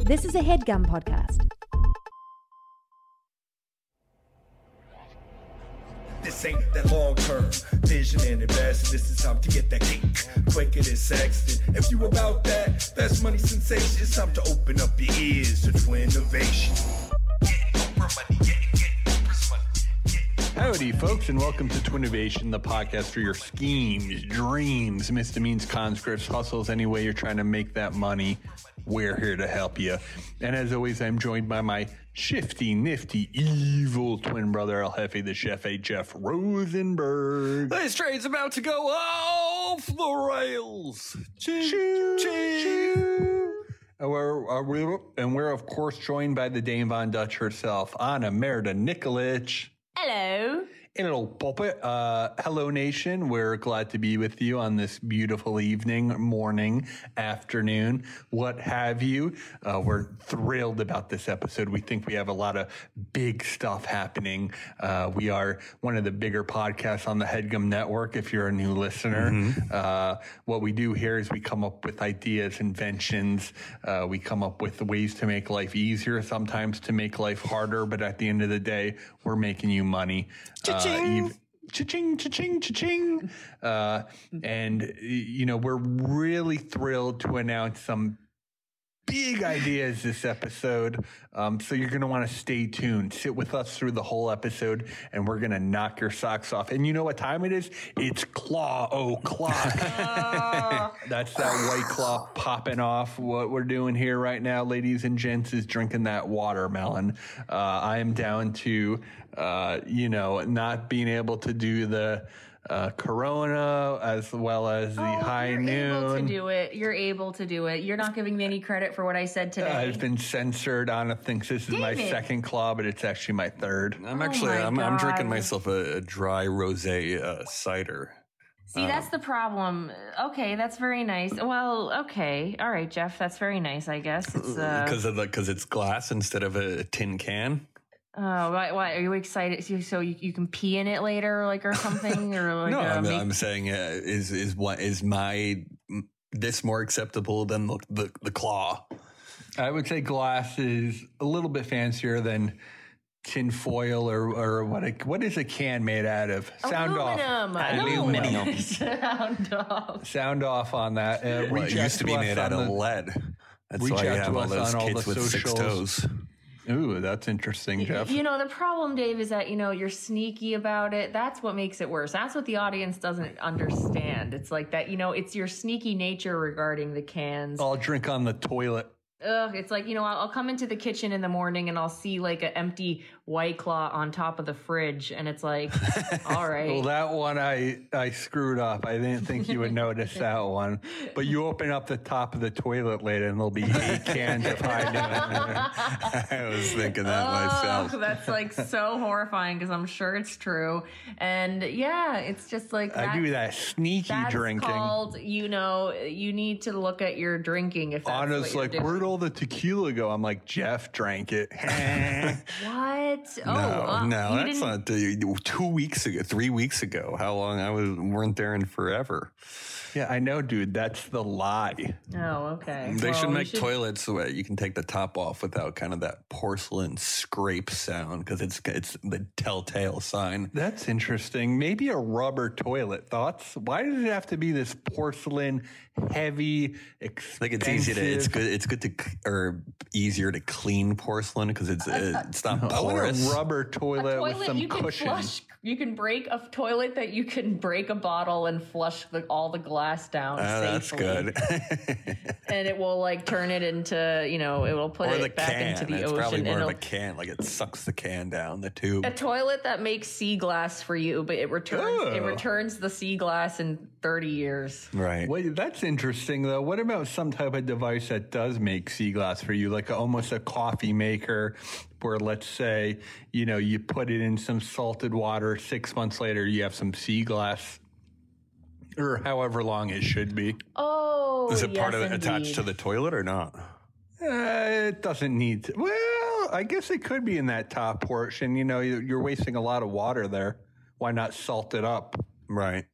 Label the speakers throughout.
Speaker 1: This is a headgum podcast.
Speaker 2: This ain't that long term vision and investing. This is time to get that cake quicker than Sexton. If you about that, that's money sensation. It's time to open up your ears to twin innovation. Getting Oprah money, getting, getting Oprah's money. Getting-
Speaker 3: Howdy, folks, and welcome to Twinnovation, the podcast for your schemes, dreams, misdemeans, conscripts, hustles, any way you're trying to make that money. We're here to help you. And as always, I'm joined by my shifty, nifty, evil twin brother, El Jefe the Chef, A. Jeff Rosenberg.
Speaker 4: This train's about to go off the rails.
Speaker 3: Choo, choo. And we're, are we- and we're, of course, joined by the Dame Von Dutch herself, Anna Merida Nikolic.
Speaker 5: Hello.
Speaker 3: And it'll pop it. Uh, hello, nation. We're glad to be with you on this beautiful evening, morning, afternoon, what have you. Uh, we're thrilled about this episode. We think we have a lot of big stuff happening. Uh, we are one of the bigger podcasts on the Headgum Network. If you're a new listener, uh, what we do here is we come up with ideas, inventions. Uh, we come up with ways to make life easier, sometimes to make life harder. But at the end of the day, we're making you money.
Speaker 4: Cha-ching.
Speaker 3: Uh, ev- Cha-ching, cha-ching, cha-ching. Uh, and, y- you know, we're really thrilled to announce some big ideas this episode. Um, so you're going to want to stay tuned. Sit with us through the whole episode, and we're going to knock your socks off. And you know what time it is? It's claw o'clock.
Speaker 5: Ah.
Speaker 3: That's that white claw popping off. What we're doing here right now, ladies and gents, is drinking that watermelon. Uh, I am down to, uh, you know, not being able to do the uh, Corona as well as the high
Speaker 5: Oh, you're able to
Speaker 3: noon.
Speaker 5: do it. You're able to do it. You're not giving me any credit for what I said today.
Speaker 3: I've Uh, been censored. Anna thinks this is my
Speaker 5: Damn it. Oh
Speaker 3: second claw, but it's actually my third.
Speaker 4: I'm actually
Speaker 5: my
Speaker 4: I'm, I'm drinking
Speaker 5: God.
Speaker 4: myself a, a dry rosé uh, cider.
Speaker 3: uh,
Speaker 5: See, that's the problem. Okay, that's very nice. Well, okay, all right, Jeff, that's very nice. I guess it's. Uh,
Speaker 4: Because of the because it's glass instead of a tin can.
Speaker 5: oh, why, why are you excited? So, so you, you can pee in it later, like or something, or like
Speaker 4: no,
Speaker 5: uh,
Speaker 4: I'm,
Speaker 5: make-
Speaker 4: I'm saying uh, is is what is my this more acceptable than the the, the claw?
Speaker 3: I would say glass is a little bit fancier than tin foil or, or what a, what is a can made out of? Sound
Speaker 5: aluminum.
Speaker 3: off.
Speaker 5: Aluminum. Sound off.
Speaker 3: Sound off on that. Uh,
Speaker 4: Well, it
Speaker 3: reach
Speaker 4: used to be
Speaker 3: us on
Speaker 4: made out of
Speaker 3: the-
Speaker 4: lead. That's
Speaker 3: reach
Speaker 4: why you
Speaker 3: out
Speaker 4: have
Speaker 3: to
Speaker 4: all
Speaker 3: us
Speaker 4: those
Speaker 3: on all
Speaker 4: kids
Speaker 3: the
Speaker 4: with six
Speaker 3: socials.
Speaker 4: toes.
Speaker 3: Ooh, that's interesting, Jeff.
Speaker 5: You know, the problem, Dave, is that, you know, you're sneaky about it. That's what makes it worse. That's what the audience doesn't understand. It's like that, you know, it's your sneaky nature regarding the cans.
Speaker 3: I'll drink on the toilet.
Speaker 5: Ugh, it's like, you know, I'll, I'll come into the kitchen in the morning and I'll see like an empty white claw on top of the fridge. And it's like, all right.
Speaker 3: Well, that one I I screwed up. I didn't think you would notice that one. But you open up the top of the toilet later, and there'll be eight cans of high noon.
Speaker 4: I was thinking that
Speaker 5: Ugh,
Speaker 4: myself.
Speaker 5: that's like so horrifying because I'm sure it's true. And yeah, it's just like
Speaker 3: I do that sneaky
Speaker 5: That's
Speaker 3: drinking.
Speaker 5: called, you know, you need to look at your drinking. If that's
Speaker 3: Anna's
Speaker 5: what
Speaker 3: like,
Speaker 5: you're
Speaker 3: where'd
Speaker 5: doing.
Speaker 3: all the tequila go? I'm like, Jeff drank it.
Speaker 5: what? Oh,
Speaker 4: No,
Speaker 5: uh,
Speaker 4: no,
Speaker 5: you
Speaker 4: that's
Speaker 5: didn't-
Speaker 4: not the- two weeks ago, three weeks ago. How long I was weren't there in forever.
Speaker 3: yeah, I know, dude. That's the lie.
Speaker 5: Oh, okay.
Speaker 4: They
Speaker 5: Well,
Speaker 4: should
Speaker 5: we
Speaker 4: make toilets where you can take the top off without kind of that porcelain scrape sound because it's it's the telltale sign.
Speaker 3: That's interesting. Maybe a rubber toilet. Thoughts? Why does it have to be this porcelain, heavy, expensive?
Speaker 4: Like it's easy to it's good it's good to c- or easier to clean porcelain because it's uh, it's not
Speaker 3: I want
Speaker 4: porous.
Speaker 3: a rubber toilet,
Speaker 5: A
Speaker 3: with
Speaker 5: toilet
Speaker 3: some
Speaker 5: you can
Speaker 3: cushion.
Speaker 5: flush. You can break a toilet that you can break a bottle and flush the, all the glass down.
Speaker 4: Ah, that's
Speaker 5: safely.
Speaker 4: good.
Speaker 5: And it will like turn it into you know it will put
Speaker 4: or the
Speaker 5: it back
Speaker 4: can.
Speaker 5: into the
Speaker 4: it's
Speaker 5: ocean.
Speaker 4: probably
Speaker 5: and
Speaker 4: more of a
Speaker 5: it'll-
Speaker 4: can. Like it sucks the can down the tube.
Speaker 5: a toilet that makes sea glass for you, but it returns it
Speaker 3: Ew.
Speaker 5: returns the sea glass in thirty years.
Speaker 4: Right.
Speaker 3: Wait, that's interesting though. What about some type of device that does make sea glass for you, like almost a coffee maker, where let's say you know you put it in some salted water. Six months later, you have some sea glass, or however long it should be.
Speaker 5: Oh,
Speaker 4: Is it part of
Speaker 5: yes,
Speaker 4: it attached
Speaker 5: indeed.
Speaker 4: to the toilet or not?
Speaker 3: Uh, it doesn't need. To, well, I guess it could be in that top portion. You know, you- you're wasting a lot of water there. Why not salt it up?
Speaker 4: Right.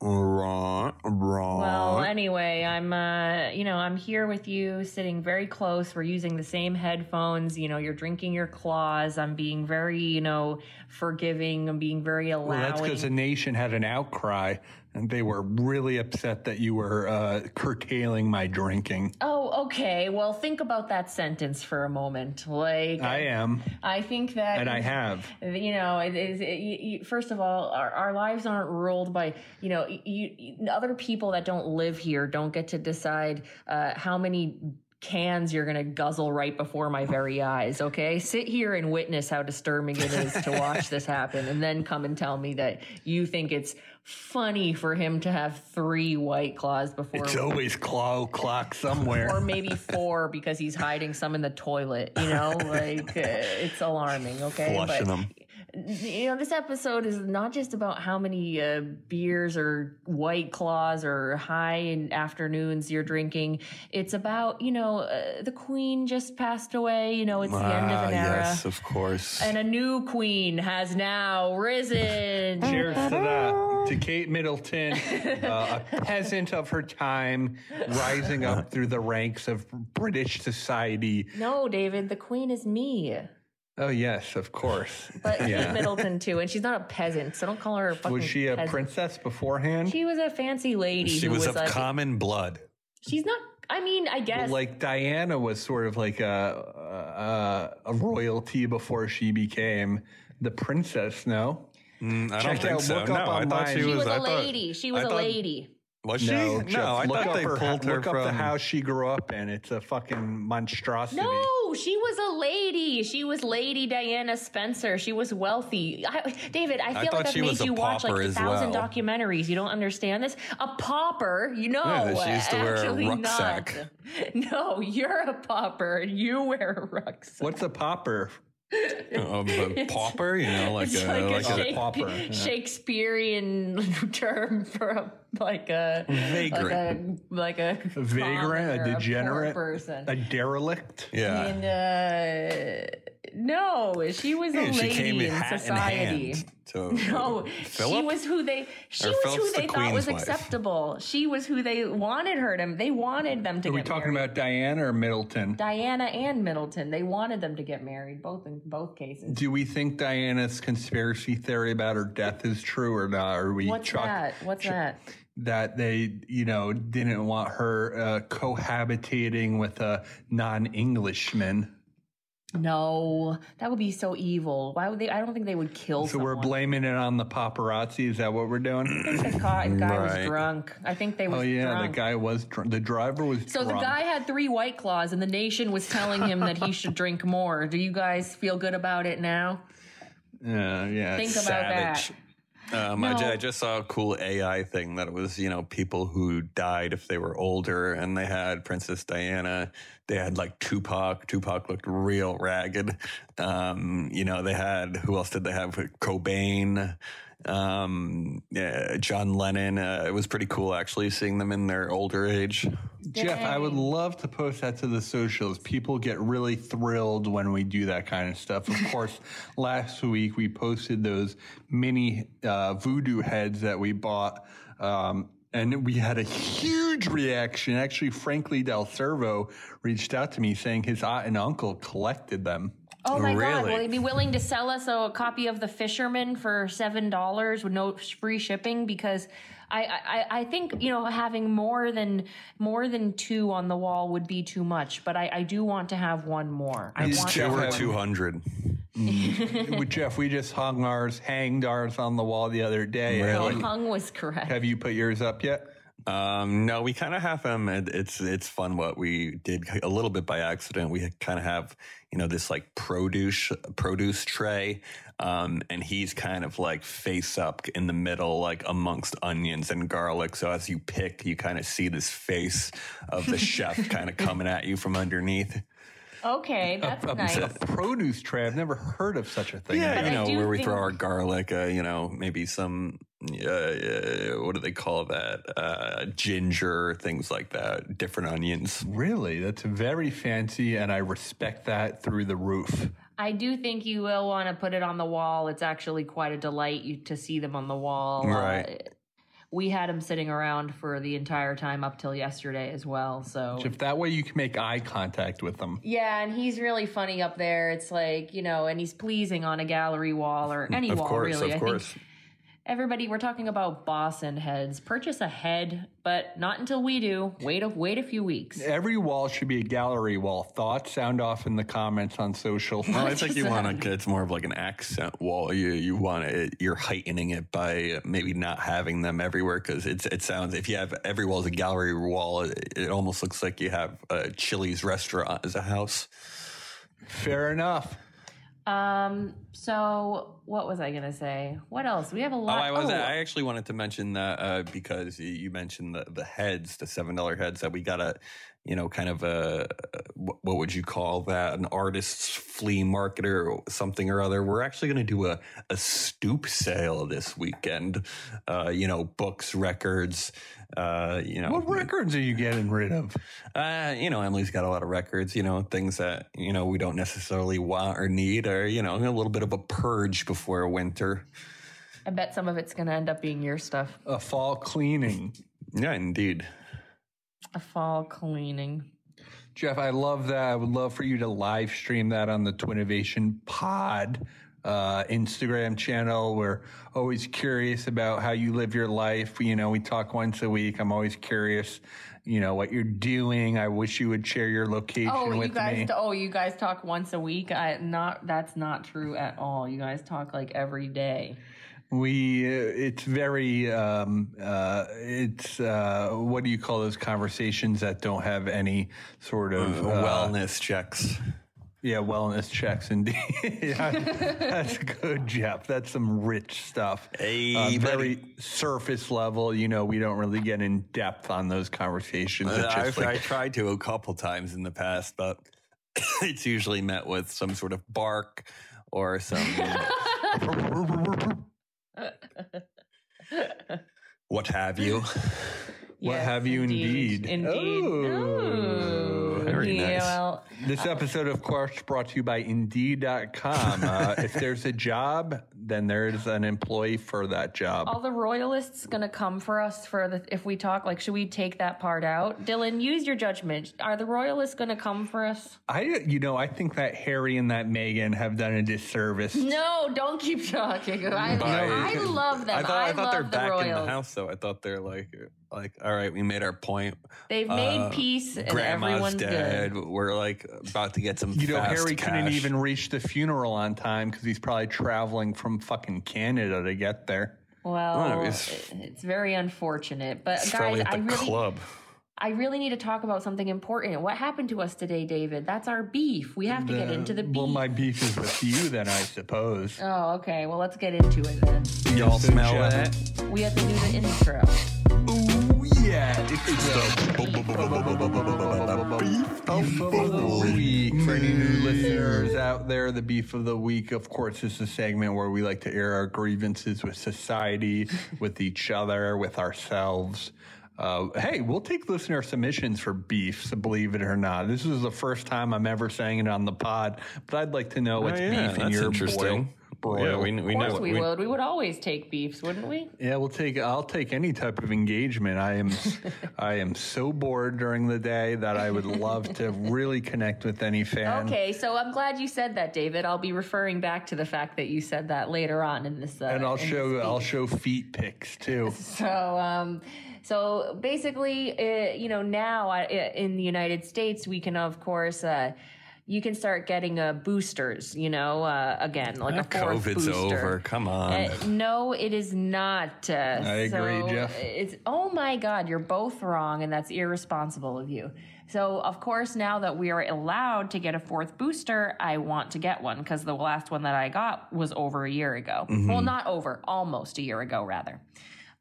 Speaker 4: Wrong, wrong.
Speaker 5: Well, anyway, I'm uh, you know, I'm here with you, sitting very close. We're using the same headphones. You know, you're drinking your claws. I'm being very, you know, forgiving. I'm being very
Speaker 3: Well,
Speaker 5: allowing.
Speaker 3: that's because the nation had an outcry and they were really upset that you were uh, curtailing my drinking.
Speaker 5: oh, okay. Well, think about that sentence for a moment. Like
Speaker 3: I am,
Speaker 5: I think that
Speaker 3: and I have.
Speaker 5: you know it is it, you, you, first of all our, our lives aren't ruled by you know you, you- other people that don't live here don't get to decide uh, how many cans you're gonna guzzle right before my very eyes okay sit here and witness how disturbing it is to watch this happen and then come and tell me that you think it's funny for him to have three white claws before
Speaker 4: it's always claw clock somewhere.
Speaker 5: or maybe four because he's hiding some in the toilet. You know, like uh, it's alarming. Okay,
Speaker 4: Flushing
Speaker 5: But,
Speaker 4: them.
Speaker 5: You know, this episode is not just about how many uh, beers or white claws or high in afternoons you're drinking. It's about you know uh, the queen just passed away. You know, it's the end of
Speaker 4: Ah,
Speaker 5: an era.
Speaker 4: yes, of course.
Speaker 5: And a new queen has now risen.
Speaker 3: Cheers to that. To Kate Middleton, uh, a peasant of her time, rising up through the ranks of British society.
Speaker 5: No, David, the queen is me.
Speaker 3: Oh, yes, of course.
Speaker 5: But Kate
Speaker 3: Yeah.
Speaker 5: Middleton too, and she's not a peasant, so don't call her a fucking
Speaker 3: Was she a
Speaker 5: peasant.
Speaker 3: princess beforehand?
Speaker 5: She was a fancy lady.
Speaker 4: she
Speaker 5: who
Speaker 4: was,
Speaker 5: was,
Speaker 4: of
Speaker 5: like,
Speaker 4: common blood.
Speaker 5: she's not. I mean, I guess.
Speaker 3: Like Diana was sort of like a, a, a royalty before she became the princess, no?
Speaker 4: Mm, I
Speaker 3: Check
Speaker 4: don't think
Speaker 3: out-
Speaker 4: so.
Speaker 3: look
Speaker 4: No,
Speaker 3: up
Speaker 4: I thought
Speaker 3: online.
Speaker 4: she
Speaker 5: she was
Speaker 4: was.
Speaker 5: a
Speaker 4: I thought-
Speaker 5: lady. She was
Speaker 4: I
Speaker 5: a
Speaker 4: thought-
Speaker 5: lady.
Speaker 4: Was she?
Speaker 3: No,
Speaker 4: No,
Speaker 3: Jeff,
Speaker 4: I
Speaker 3: look
Speaker 4: thought
Speaker 3: up
Speaker 4: they
Speaker 3: her,
Speaker 4: pulled her
Speaker 3: look
Speaker 4: from
Speaker 3: up the house she grew up in. It's a fucking monstrosity.
Speaker 5: No, she was a lady. She was Lady Diana Spencer. She was wealthy. I, David, I feel
Speaker 4: thought
Speaker 5: like I've
Speaker 4: she
Speaker 5: made
Speaker 4: was a
Speaker 5: you watch like
Speaker 4: pauper
Speaker 5: a
Speaker 4: as
Speaker 5: thousand
Speaker 4: well.
Speaker 5: documentaries. You don't understand this. A pauper, you know.
Speaker 4: Yeah, she used to wear a
Speaker 5: actually not.
Speaker 4: rucksack.
Speaker 5: No, you're a pauper and you wear a rucksack.
Speaker 3: What's a popper?
Speaker 4: of a pauper, you know, like
Speaker 5: It's
Speaker 4: a,
Speaker 5: like,
Speaker 4: like
Speaker 5: a,
Speaker 4: a,
Speaker 5: Shake-
Speaker 3: pauper, yeah.
Speaker 5: Shakespearean term for a, like a
Speaker 4: Mm-hmm. Vagrant.
Speaker 5: like a, like a
Speaker 3: A vagrant,
Speaker 5: commoner,
Speaker 3: a
Speaker 5: poor
Speaker 3: degenerate,
Speaker 5: person.
Speaker 3: a derelict.
Speaker 4: yeah.
Speaker 5: and uh, no, she was a
Speaker 4: Yeah,
Speaker 5: lady
Speaker 4: she came
Speaker 5: in
Speaker 4: hat
Speaker 5: society.
Speaker 4: in hand to
Speaker 5: No, she
Speaker 4: Philip?
Speaker 5: was who they she
Speaker 4: Or
Speaker 5: was who
Speaker 4: Philip's the
Speaker 5: they thought was
Speaker 4: queen's wife.
Speaker 5: acceptable. She was who they wanted her to. They wanted them to.
Speaker 3: Are we
Speaker 5: get
Speaker 3: talking
Speaker 5: married.
Speaker 3: about Diana or Middleton?
Speaker 5: Diana and Middleton? They wanted them to get married, both in both cases.
Speaker 3: Do we think Diana's conspiracy theory about her death is true or not? Or we
Speaker 5: What's
Speaker 3: chalk-
Speaker 5: that? What's that?
Speaker 3: that they, you know, didn't want her uh, cohabitating with a non-Englishman.
Speaker 5: No, that would be so evil. Why would they? I don't think they would kill.
Speaker 3: So we're
Speaker 5: someone.
Speaker 3: blaming it on the paparazzi. Is that what we're
Speaker 5: I
Speaker 3: doing?
Speaker 5: think the guy, guy was
Speaker 4: Right.
Speaker 5: drunk. I think they was
Speaker 3: oh yeah,
Speaker 5: drunk.
Speaker 3: the guy was dr- the driver was
Speaker 5: So the
Speaker 3: drunk.
Speaker 5: guy had three white claws, and the nation was telling him that he should drink more. Do you guys feel good about it now?
Speaker 3: Yeah, yeah.
Speaker 5: Think about
Speaker 4: savage.
Speaker 5: that.
Speaker 4: Um, I, ju-
Speaker 5: No.
Speaker 4: I just saw a cool AI thing that it was, you know, people who died if they were older, and they had Princess Diana. They had like Tupac. Tupac looked real ragged. Um, you know, they had who else did they have? Cobain, um, yeah, John Lennon. Uh, it was pretty cool actually seeing them in their older age.
Speaker 3: Jeff, I would
Speaker 5: Dang.
Speaker 3: love to post that to the socials. People get really thrilled when we do that kind of stuff. Of course, last week we posted those mini uh, voodoo heads that we bought. Um, and we had a huge reaction. Actually, Frankly Del Servo reached out to me saying his aunt and uncle collected them.
Speaker 5: Oh my God!
Speaker 4: Really?
Speaker 5: Will they be willing to sell us a copy of The Fisherman for seven dollars with no free shipping? Because I, I, I think you know having more than more than two on the wall would be too much. But I, I do want to have one more. I
Speaker 3: It's
Speaker 5: want
Speaker 4: Two
Speaker 3: Jeff
Speaker 4: or
Speaker 3: had-
Speaker 4: two hundred.
Speaker 3: With Jeff, we just hung ours, hanged ours on the wall the other day.
Speaker 4: Really?
Speaker 5: Hung was correct.
Speaker 3: Have you put yours up yet?
Speaker 4: Um, no, we kind of have them. It, it's it's fun what we did a little bit by accident. We kind of have you know this like produce produce tray, um, and he's kind of like face up in the middle, like amongst onions and garlic. So as you pick, you kind of see this face of the chef kind of coming at you from underneath.
Speaker 5: Okay, that's nice.
Speaker 3: A produce tray. I've never heard of such a thing.
Speaker 4: Yeah,
Speaker 5: But
Speaker 4: you
Speaker 5: I
Speaker 4: know
Speaker 5: do
Speaker 4: where we
Speaker 5: think-
Speaker 4: throw our garlic. Uh, you know maybe some. Uh, uh, what do they call that? Uh, ginger, things like that. Different onions.
Speaker 3: Really? That's very fancy, and I respect that through the roof.
Speaker 5: I do think you will want to put it on the wall. It's actually quite a delight you, to see them on the wall.
Speaker 4: Right.
Speaker 5: Uh, we had them sitting around for the entire time up till yesterday as well. So
Speaker 3: If that way you can make eye contact with them.
Speaker 5: yeah, and he's really funny up there. It's like you know, and he's pleasing on a gallery wall or any
Speaker 4: Mm, of
Speaker 5: wall
Speaker 4: course,
Speaker 5: really.
Speaker 4: of
Speaker 5: I think
Speaker 4: course.
Speaker 5: everybody we're talking about boss and heads purchase a head but not until we do wait a wait a few weeks
Speaker 3: Every wall should be a gallery wall. Thoughts sound off in the comments on social.
Speaker 4: Well, I think you
Speaker 5: Just,
Speaker 4: want to. It's more of like an accent wall. You you want it. You're heightening it by maybe not having them everywhere because it's it sounds. If you have every wall is a gallery wall, it, it almost looks like you have a Chili's restaurant as a house.
Speaker 3: Fair enough.
Speaker 5: um so what was i gonna say what else we have a
Speaker 4: Oh,
Speaker 5: lot
Speaker 4: I was. I actually wanted to mention that uh, because y- you mentioned the, the heads, the seven dollar heads that we got a, you know, kind of a wh- what would you call that? An artist's flea market or something or other. We're actually going to do a a stoop sale this weekend. Uh, you know, books, records. Uh, you know,
Speaker 3: What records are you getting rid of?
Speaker 4: uh, you know, Emily's got a lot of records, you know, things that, you know, we don't necessarily want or need or, you know, a little bit of a purge before winter.
Speaker 5: I bet some of it's gonna end up being your stuff
Speaker 3: A fall cleaning.
Speaker 4: Yeah, indeed.
Speaker 5: a fall cleaning
Speaker 3: Jeff, I love that. I would love for you to live stream that on the Twinnovation Pod uh, Instagram channel. We're always curious about how you live your life. You know, we talk once a week. I'm always curious, you know, what you're doing. I wish you would share your location
Speaker 5: Oh,
Speaker 3: with
Speaker 5: you guys!
Speaker 3: me.
Speaker 5: Oh, you guys talk once a week. I not that's not true at all. You guys talk like every day.
Speaker 3: We, uh, it's very, um, uh, it's, uh, what do you call those conversations that don't have any sort of
Speaker 4: Mm,
Speaker 3: uh,
Speaker 4: wellness checks.
Speaker 3: Yeah, wellness checks indeed. Yeah, that's good, Jeff. That's some rich stuff. Uh,
Speaker 4: Hey,
Speaker 3: very surface level. You know, we don't really get in depth on those conversations. It's
Speaker 4: I've,
Speaker 3: just like,
Speaker 4: Uh, I tried to a couple times in the past, but it's usually met with some sort of bark or some. what have you?
Speaker 3: What have you indeed.
Speaker 5: Indeed. Oh.
Speaker 3: Oh,
Speaker 5: Ooh,
Speaker 4: Oh. very nice.
Speaker 5: well,
Speaker 3: this episode, of course, brought to you by Indeed.com. Uh, if there's a job, then there's an employee for that job.
Speaker 5: all the royalists gonna come for us for the if we talk like should we take that part out? Dylan, use your judgment. Are the royalists gonna come for us?
Speaker 3: I, you know, I think that Harry and that Megan have done a disservice.
Speaker 5: No, don't keep talking. I, I love them. I,
Speaker 4: I thought, I thought
Speaker 5: love
Speaker 4: they're
Speaker 5: the
Speaker 4: back
Speaker 5: royals.
Speaker 4: in the house, though. I thought they're like, like, all right, we made our point.
Speaker 5: They've made
Speaker 4: Uh,
Speaker 5: peace and
Speaker 4: Grandma's
Speaker 5: everyone's
Speaker 4: dead.
Speaker 5: good.
Speaker 4: We're like about to get some.
Speaker 3: You know,
Speaker 4: fast
Speaker 3: Harry couldn't
Speaker 4: cash.
Speaker 3: even reach the funeral on time because he's probably traveling from fucking Canada to get there.
Speaker 5: Well,
Speaker 4: Oh,
Speaker 5: it's,
Speaker 4: it's-
Speaker 5: it's very unfortunate, but
Speaker 4: It's probably
Speaker 5: guys,
Speaker 4: at
Speaker 5: I
Speaker 4: the
Speaker 5: really,
Speaker 4: club.
Speaker 5: I really need to talk about something important. What happened to us today, David? That's our beef. We have to get into the beef.
Speaker 3: Well, my beef is with you then, I suppose.
Speaker 5: oh, okay. Well, let's get into it then.
Speaker 4: Y'all
Speaker 3: So,
Speaker 4: smell
Speaker 3: Jeff-
Speaker 4: that?
Speaker 5: We have to do the intro.
Speaker 3: Ooh, yeah. It's the beef of the week. For any new listeners out there, the beef of the week, of course, is the segment where we like to air our grievances with society, with each other, with ourselves. Uh, hey, we'll take listener submissions for beefs, believe it or not. This is the first time I'm ever saying it on the pod, but I'd like to know what's beef in
Speaker 4: Oh, that's
Speaker 3: your
Speaker 4: interesting.
Speaker 3: boil.
Speaker 4: Yeah,
Speaker 3: broil.
Speaker 4: we, we
Speaker 5: Of course
Speaker 4: know
Speaker 5: we, would. We would always take beefs, wouldn't we?
Speaker 3: Yeah, we'll take. I'll take any type of engagement. I am, I am so bored during the day that I would love to really connect with any fan.
Speaker 5: Okay, so I'm glad you said that, David. I'll be referring back to the fact that you said that later on in this. Uh,
Speaker 3: And I'll
Speaker 5: in this
Speaker 3: show. I'll
Speaker 5: speech.
Speaker 3: show feet pics too.
Speaker 5: So, um, so basically, uh, you know, now I, i- in the United States, we can, of course, uh, you can start getting uh, boosters. You know, uh, again, like a fourth
Speaker 4: COVID's
Speaker 5: booster.
Speaker 4: over. Come on.
Speaker 5: Uh, no, it is not. Uh, I
Speaker 3: agree, Jeff.
Speaker 5: It's oh my God, you're both wrong, and that's irresponsible of you. So of course, now that we are allowed to get a fourth booster, I want to get one because the last one that I got was over a year ago. Well, not over, almost a year ago, rather.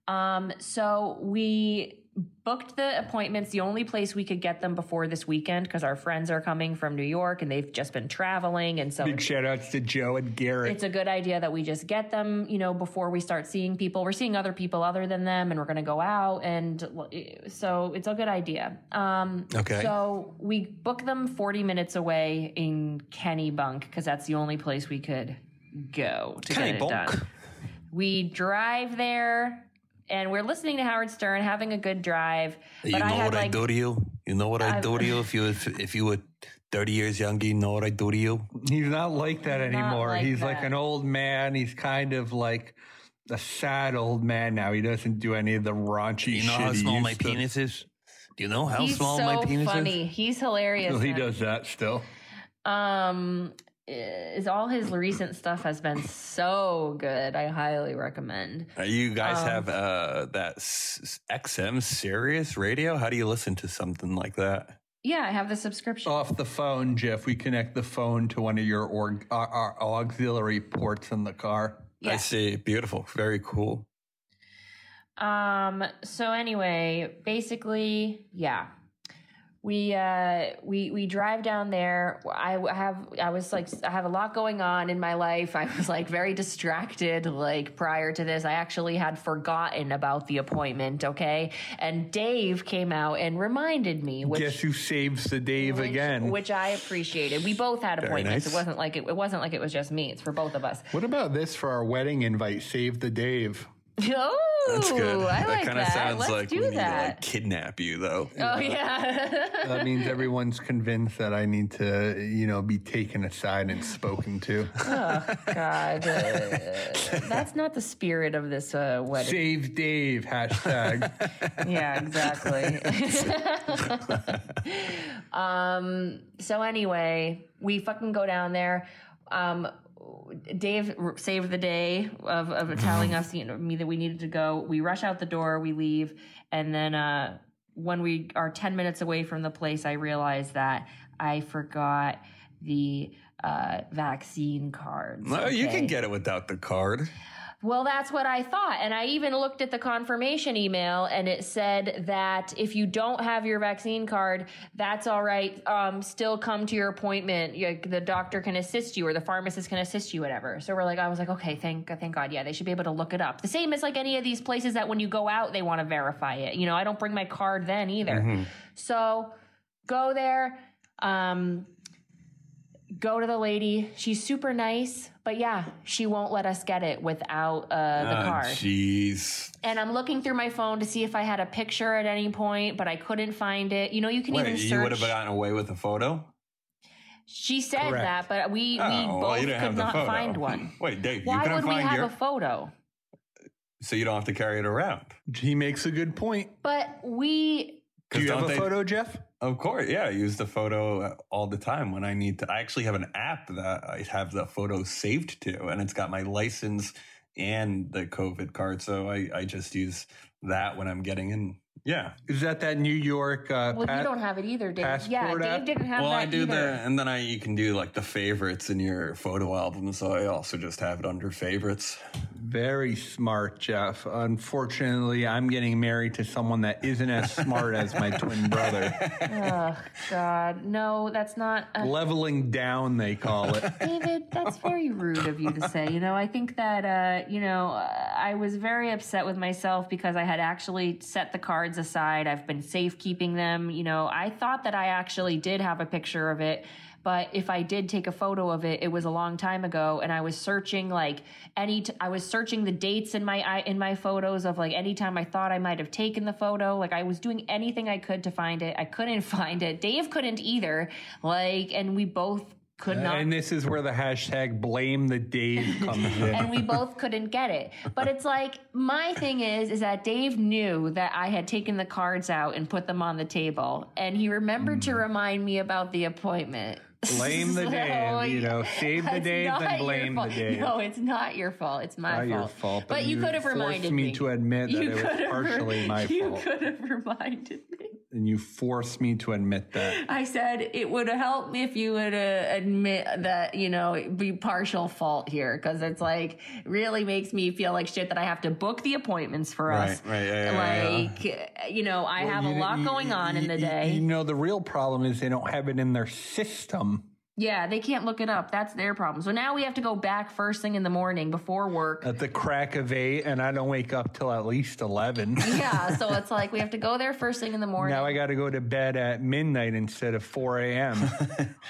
Speaker 5: Um, so we booked the appointments. The only place we could get them before this weekend because our friends are coming from New York and they've just been traveling, and so
Speaker 3: Big shout outs to Joe and Garrett.
Speaker 5: it's a good idea that we just get them, you know, before we start seeing people. We're seeing other people other than them, and we're going to go out, and well, so it's a good idea. Um,
Speaker 4: Okay.
Speaker 5: So we book them forty minutes away in Kennebunk because that's the only place we could go to get it
Speaker 4: Kennebunk.
Speaker 5: done. We drive there. and we're listening to Howard Stern, having a good drive.
Speaker 4: You know
Speaker 5: had,
Speaker 4: what I
Speaker 5: like-
Speaker 4: do to you? You know what i
Speaker 5: I've-
Speaker 4: do to you if you if, if you were thirty years younger, you know what I do to you?
Speaker 3: He's not like that
Speaker 5: not
Speaker 3: anymore.
Speaker 5: like
Speaker 3: he's like
Speaker 5: that.
Speaker 3: an old man. He's kind of like a sad old man now. He doesn't do any of the raunchy
Speaker 4: You know
Speaker 3: shit.
Speaker 4: how
Speaker 3: he
Speaker 4: small
Speaker 3: used
Speaker 4: my
Speaker 3: to-
Speaker 4: penis is? Do you know how
Speaker 5: He's
Speaker 4: small
Speaker 5: so
Speaker 4: my penis
Speaker 5: funny. He's hilarious.
Speaker 3: Well, he
Speaker 5: man.
Speaker 3: does that still.
Speaker 5: um is all his recent stuff has been so good i highly recommend
Speaker 4: is? Uh, You guys
Speaker 5: Um,
Speaker 4: have uh, that s- s- XM Sirius radio? How do you listen to something like that?
Speaker 5: yeah i have the subscription
Speaker 3: Off the phone, Jeff. We connect the phone to one of your org, uh, our auxiliary ports in the car.
Speaker 5: yeah.
Speaker 4: I see. Beautiful. Very cool.
Speaker 5: um so anyway basically yeah we uh we we drive down there i w- have i was like i have a lot going on in my life i was like very distracted like prior to this i actually had forgotten about the appointment okay and dave came out and reminded me which
Speaker 3: Guess who saves the Dave
Speaker 5: which,
Speaker 3: again?
Speaker 5: which I appreciated. We both had appointments.
Speaker 4: nice.
Speaker 5: It wasn't like it, it wasn't like it was just me. It's for both of us.
Speaker 6: What about this for our wedding invite? Save the Dave.
Speaker 5: Oh,
Speaker 4: That's good.
Speaker 5: I
Speaker 4: that
Speaker 5: like
Speaker 4: kinda
Speaker 5: that.
Speaker 4: sounds
Speaker 5: Let's
Speaker 4: like we
Speaker 5: do
Speaker 4: need to like,
Speaker 5: that.
Speaker 4: kidnap you, though.
Speaker 5: oh yeah.
Speaker 3: that means everyone's convinced that I need to, you know, be taken aside and spoken to.
Speaker 5: Oh, God, uh, that's not the spirit of this uh, wedding.
Speaker 3: Save Dave hashtag.
Speaker 5: Yeah, exactly. um. So anyway, we fucking go down there. Um. Dave r- saved the day of, of telling us, you know, me that we needed to go. We rush out the door, we leave, and then uh, when we are ten minutes away from the place, I realize that I forgot the uh, vaccine cards.
Speaker 4: No, you
Speaker 5: Okay.
Speaker 4: can get it without the card.
Speaker 5: Well, that's what I thought. And I even looked at the confirmation email and it said that if you don't have your vaccine card, that's all right. Um, still come to your appointment. You- the doctor can assist you or the pharmacist can assist you, whatever. So we're like, I was like, okay, thank, thank God. Yeah, they should be able to look it up. The same as like any of these places that when you go out, they want to verify it. You know, I don't bring my card then either. So go there. Um, go to the lady. She's super nice, but yeah, she won't let us get it without uh, the
Speaker 4: Ah,
Speaker 5: card.
Speaker 4: Jeez.
Speaker 5: and I'm looking through my phone to see if I had a picture at any point, but I couldn't find it. You know, you can
Speaker 4: Wait,
Speaker 5: even
Speaker 4: you would
Speaker 5: search.
Speaker 4: have gotten away with a photo?
Speaker 5: she said that, but we we
Speaker 4: Oh,
Speaker 5: both
Speaker 4: well, you didn't have
Speaker 5: could
Speaker 4: the
Speaker 5: not
Speaker 4: photo.
Speaker 5: find one.
Speaker 4: Wait, Dave, you
Speaker 5: Why
Speaker 4: couldn't
Speaker 5: would we
Speaker 4: find
Speaker 5: have
Speaker 4: your.
Speaker 5: a photo?
Speaker 4: so you don't have to carry it around.
Speaker 3: he makes a good point.
Speaker 5: But we
Speaker 4: 'Cause
Speaker 3: Do you have
Speaker 4: don't
Speaker 3: a
Speaker 4: they-
Speaker 3: photo, Jeff?
Speaker 4: Of course, yeah. I use the photo uh, all the time when I need to. I actually have an app that I have the photo saved to, and it's got my license and the COVID card. So I, I just use that when I'm getting in. Yeah.
Speaker 3: Is that that New York? Uh,
Speaker 5: well,
Speaker 3: pat-
Speaker 5: you don't have it either, Dave. Yeah,
Speaker 3: passport
Speaker 5: Dave
Speaker 3: app?
Speaker 5: didn't have
Speaker 4: well,
Speaker 5: that
Speaker 4: I do
Speaker 5: either.
Speaker 4: the, and then I you can do like the favorites in your photo album. So I also just have it under favorites.
Speaker 3: Very smart, Jeff. Unfortunately, I'm getting married to someone that isn't as smart as my twin brother.
Speaker 5: Ugh, God, no, that's not. uh, A-
Speaker 3: Leveling down, they call it.
Speaker 5: David, that's very rude of you to say. You know, I think that, uh, you know, uh, I was very upset with myself because I had actually set the cards aside. I've been safekeeping them. You know, I thought that I actually did have a picture of it. But if I did take a photo of it, it was a long time ago, and I was searching like any. T- I was searching the dates in my I- in my photos of like any time I thought I might have taken the photo. Like I was doing anything I could to find it. I couldn't find it. Dave couldn't either. Like, and we both could not
Speaker 3: Uh, and this is where the hashtag blame the Dave comes in.
Speaker 5: and we both couldn't get it. But it's like my thing is is that Dave knew that I had taken the cards out and put them on the table, and he remembered to remind me about the appointment.
Speaker 3: Mm. Blame the Dave, you know, save the
Speaker 5: it's
Speaker 3: Dave,
Speaker 5: not
Speaker 3: then
Speaker 5: your
Speaker 3: blame the
Speaker 5: fault.
Speaker 3: Dave.
Speaker 5: No, it's not your fault. It's my
Speaker 3: Not
Speaker 5: fault.
Speaker 3: your fault,
Speaker 5: But,
Speaker 3: but
Speaker 5: you
Speaker 3: you
Speaker 5: could have
Speaker 3: forced
Speaker 5: reminded
Speaker 3: me to admit that it was
Speaker 5: could have re-
Speaker 3: partially my
Speaker 5: you
Speaker 3: fault.
Speaker 5: could have reminded me.
Speaker 3: and you force me to admit that.
Speaker 5: I said it would help me if you would uh, admit that, you know, it'd be partial fault here because it's like really makes me feel like shit that I have to book the appointments for us.
Speaker 4: Right, right, yeah, yeah, yeah.
Speaker 5: like, you know, I have
Speaker 3: You-
Speaker 5: a lot
Speaker 3: you-
Speaker 5: going on in
Speaker 3: you-
Speaker 5: the
Speaker 3: you-
Speaker 5: day.
Speaker 3: You know, the real problem is they don't have it in their system.
Speaker 5: yeah, they can't look it up. That's their problem. So now we have to go back first thing in the morning before work.
Speaker 3: at the crack of eight, and I don't wake up till at least 11.
Speaker 5: yeah, so it's like we have to go there first thing in the morning.
Speaker 3: now I got to go to bed at midnight instead of 4 a.m.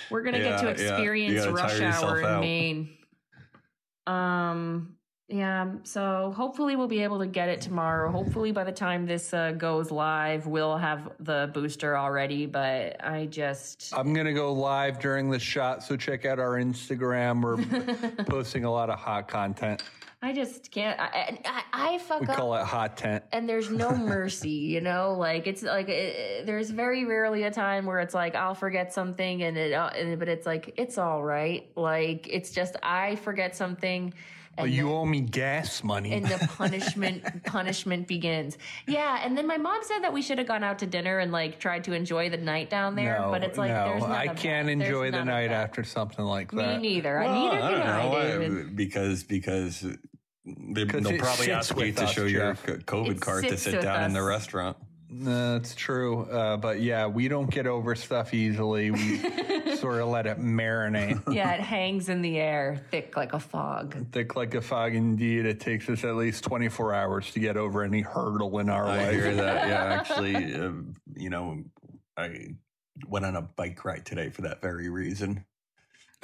Speaker 5: We're gonna get
Speaker 4: Yeah,
Speaker 5: to
Speaker 4: yeah. You
Speaker 5: experience
Speaker 4: gotta
Speaker 5: rush
Speaker 4: tire yourself
Speaker 5: hour in
Speaker 4: out.
Speaker 5: Maine. Um. Yeah, so hopefully we'll be able to get it tomorrow. Hopefully by the time this uh, goes live, we'll have the booster already. But I just
Speaker 3: I'm gonna go live during the shot, so check out our Instagram. We're posting a lot of hot content.
Speaker 5: I just can't. I, I, I fuck
Speaker 3: We
Speaker 5: up.
Speaker 3: call it hot tent.
Speaker 5: and there's no mercy, you know. Like it's like eh, there's very rarely a time where it's like I'll forget something, and it, uh, and, but it's like it's all right. Like it's just I forget something,
Speaker 3: Oh,
Speaker 5: and
Speaker 3: you owe me gas money.
Speaker 5: and the punishment punishment begins. Yeah, and then my mom said that we should have gone out to dinner and like tried to enjoy the night down there, but it's like there's not
Speaker 3: I
Speaker 5: a
Speaker 3: can't
Speaker 5: vibe. There's
Speaker 3: enjoy
Speaker 5: not
Speaker 3: the
Speaker 5: a
Speaker 3: night
Speaker 5: vibe.
Speaker 3: after something like
Speaker 5: Me
Speaker 3: that.
Speaker 5: neither.
Speaker 4: Well,
Speaker 5: neither
Speaker 4: I
Speaker 5: do
Speaker 4: don't know
Speaker 5: I, David.
Speaker 4: why, because because they,
Speaker 3: Because
Speaker 4: will
Speaker 3: it
Speaker 4: probably
Speaker 3: sits
Speaker 4: ask you
Speaker 3: with
Speaker 4: to
Speaker 3: us,
Speaker 4: show your
Speaker 3: Jeff.
Speaker 4: co- COVID
Speaker 5: It
Speaker 4: card to
Speaker 5: sits
Speaker 4: sit
Speaker 5: with
Speaker 4: down in the
Speaker 5: us.
Speaker 4: restaurant.
Speaker 3: That's true. Uh, but yeah, we don't get over stuff easily. We sort of let it marinate.
Speaker 5: yeah, it hangs in the air, thick like a fog.
Speaker 3: Thick like a fog indeed. It takes us at least 24 hours to get over any hurdle in our
Speaker 4: I
Speaker 3: life.
Speaker 4: hear that. Yeah, actually, um, you know, I went on a bike ride today for that very reason.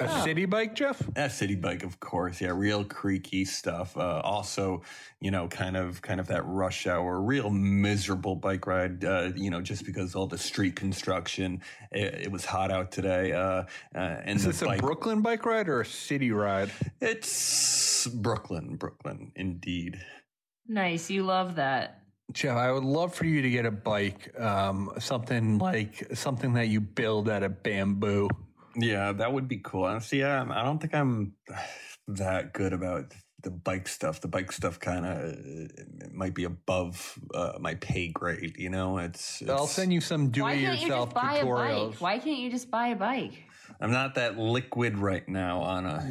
Speaker 3: A city bike, Jeff?
Speaker 4: That city bike, of course. Yeah, real creaky stuff. Uh, also, you know, kind of, kind of that rush hour, real miserable bike ride. Uh, you know, just because all the street construction. It, it was hot out today, uh, uh, and
Speaker 3: Is
Speaker 4: the
Speaker 3: this a
Speaker 4: bike.
Speaker 3: Brooklyn bike ride or a city ride?
Speaker 4: it's Brooklyn, Brooklyn, indeed.
Speaker 5: Nice, you love that.
Speaker 3: Jeff, I would love for you to get a bike, um, something like something that you build out of bamboo.
Speaker 4: Yeah, that would be cool. Honestly, yeah, I'm- I don't think I'm that good about the bike stuff. The bike stuff kind of might be above uh, my pay grade. You know, it's.
Speaker 3: I'll
Speaker 4: it's-
Speaker 3: send you some
Speaker 5: Why can't you
Speaker 3: do-it-yourself
Speaker 5: just buy a
Speaker 3: tutorials.
Speaker 5: bike? Why can't you just buy a bike?
Speaker 4: I'm not that liquid right now on a.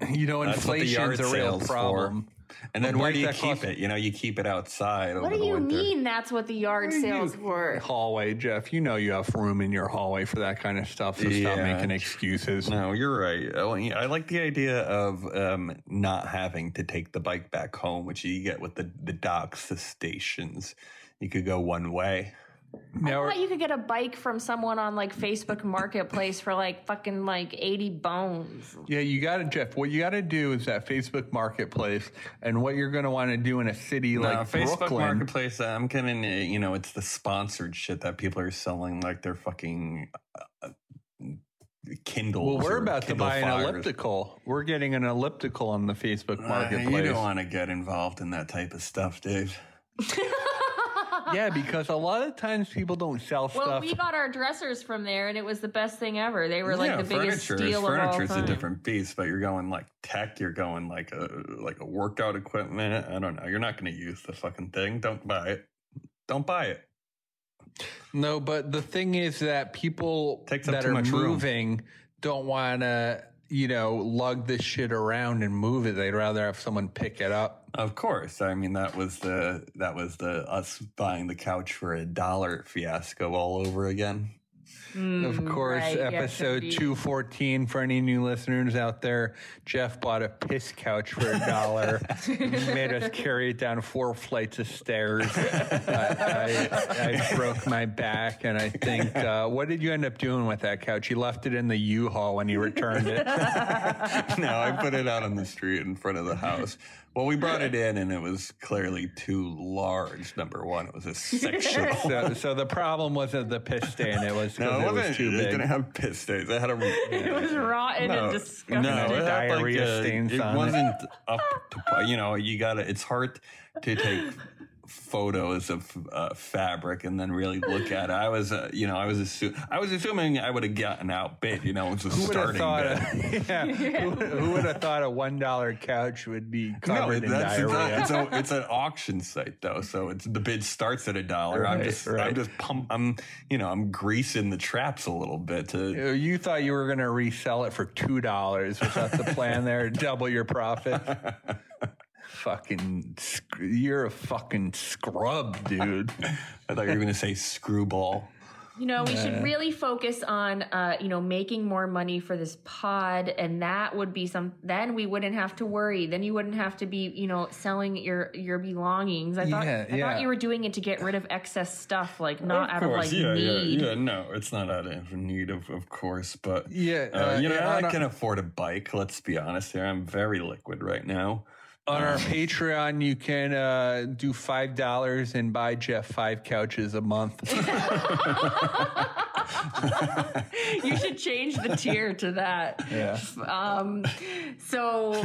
Speaker 3: Yeah, you know,
Speaker 4: That's what the yard
Speaker 3: inflation's a real
Speaker 4: sale's for.
Speaker 3: problem.
Speaker 4: And then
Speaker 3: Well,
Speaker 4: where
Speaker 3: bike
Speaker 4: do you
Speaker 3: that
Speaker 4: keep
Speaker 3: costs-
Speaker 4: it? You know, you keep it outside over
Speaker 5: What do
Speaker 4: the
Speaker 5: you
Speaker 4: winter.
Speaker 5: mean that's what the yard sales were?
Speaker 3: Hallway, Jeff. You know you have room in your hallway for that kind of stuff, so stop
Speaker 4: Yeah.
Speaker 3: making excuses.
Speaker 4: No, you're right. I want- I like the idea of um, not having to take the bike back home, which you get with the, the docks, the stations. You could go one way.
Speaker 3: Now,
Speaker 5: I thought you could get a bike from someone on like Facebook Marketplace for like fucking like 80 bones.
Speaker 3: yeah, you got to, Jeff. What you got to do is that Facebook Marketplace, and what you're going to want to do in a city
Speaker 4: No,
Speaker 3: like
Speaker 4: Facebook
Speaker 3: Brooklyn.
Speaker 4: Marketplace. uh, I'm getting, uh, you know, it's the sponsored shit that people are selling, like their fucking uh, Kindle.
Speaker 3: Well, we're about to buy an elliptical. We're getting an elliptical on the Facebook Marketplace.
Speaker 4: Uh, you don't want to get involved in that type of stuff, Dave.
Speaker 3: yeah, because a lot of times people don't sell
Speaker 5: Well,
Speaker 3: stuff.
Speaker 5: we got our dressers from there and it was the best thing ever. They were like
Speaker 4: yeah,
Speaker 5: the biggest
Speaker 4: furniture is
Speaker 5: steal of all
Speaker 4: furniture is
Speaker 5: time.
Speaker 4: a different beast, but you're going like tech, you're going like a like a workout equipment. I don't know. You're not going to use the fucking thing. Don't buy it. Don't buy it.
Speaker 3: No, but the thing is that people
Speaker 4: Takes up
Speaker 3: that
Speaker 4: too
Speaker 3: are
Speaker 4: much room.
Speaker 3: moving don't want to, you know, lug this shit around and move it. They'd rather have someone pick it up.
Speaker 4: Of course. I mean that was the that was the us buying the couch for a dollar fiasco all over again.
Speaker 3: of course,
Speaker 5: Mm, right, yeah, it
Speaker 3: episode
Speaker 5: should be.
Speaker 3: 214 for any new listeners out there. Jeff bought a piss couch for a dollar, made us carry it down four flights of stairs. I, I, I broke my back, and I think, uh, what did you end up doing with that couch? You left it in the U Haul when you returned it.
Speaker 4: no, I put it out on the street in front of the house. Well, we brought it in and it was clearly too large. Number one, it was a sectional.
Speaker 3: So, so the problem wasn't the piss stain; it was
Speaker 4: No,
Speaker 3: because
Speaker 4: it,
Speaker 3: it, was
Speaker 4: wasn't.
Speaker 3: too
Speaker 4: it
Speaker 3: big.
Speaker 4: didn't have piss stains. It had a.
Speaker 5: It was rotten and disgusting.
Speaker 4: No, it had like
Speaker 3: Diarrhea
Speaker 4: a-
Speaker 3: stains
Speaker 4: It
Speaker 3: on it.
Speaker 4: wasn't up to. par. You know, you gotta. It's hard to take photos of uh, fabric and then really look at it. I was, uh, you know, I was assu- I was assuming I would have gotten outbid. You know, it was a
Speaker 3: Who would have
Speaker 4: starting
Speaker 3: thought? A,
Speaker 4: bid.
Speaker 3: yeah, who, who would have thought a one dollar couch would be covered in
Speaker 4: that's- it's,
Speaker 3: diarrhea?
Speaker 4: not- it's a, it's an auction site though, so it's the bid starts at a dollar. I'm
Speaker 3: Right,
Speaker 4: just I'm
Speaker 3: right.
Speaker 4: just pump. I'm you know I'm greasing the traps a little bit to.
Speaker 3: Uh, You thought you were going to resell it for two dollars. Was that the plan there? Double your profit. fucking, sc- you're a fucking scrub, dude.
Speaker 4: I thought you were going to say screwball.
Speaker 5: You know, we should really focus on, uh, you know, making more money for this pod, and that would be some. Then we wouldn't have to worry. Then you wouldn't have to be, you know, selling your your belongings. I thought,
Speaker 3: Yeah,
Speaker 5: I
Speaker 3: yeah.
Speaker 5: thought you were doing it to get rid of excess stuff, like not out of like
Speaker 4: yeah,
Speaker 5: need.
Speaker 4: yeah, yeah. No, it's not out of need, of, of course. But
Speaker 3: Yeah,
Speaker 4: uh,
Speaker 3: uh,
Speaker 4: you know,
Speaker 3: yeah, I
Speaker 4: I
Speaker 3: don't-
Speaker 4: can afford a bike. Let's be honest here. I'm very liquid right now.
Speaker 3: On our Patreon, you can uh, do five dollars and buy Jeff five couches a month.
Speaker 5: you should change the tier to that.
Speaker 3: Yeah.
Speaker 5: Um, so,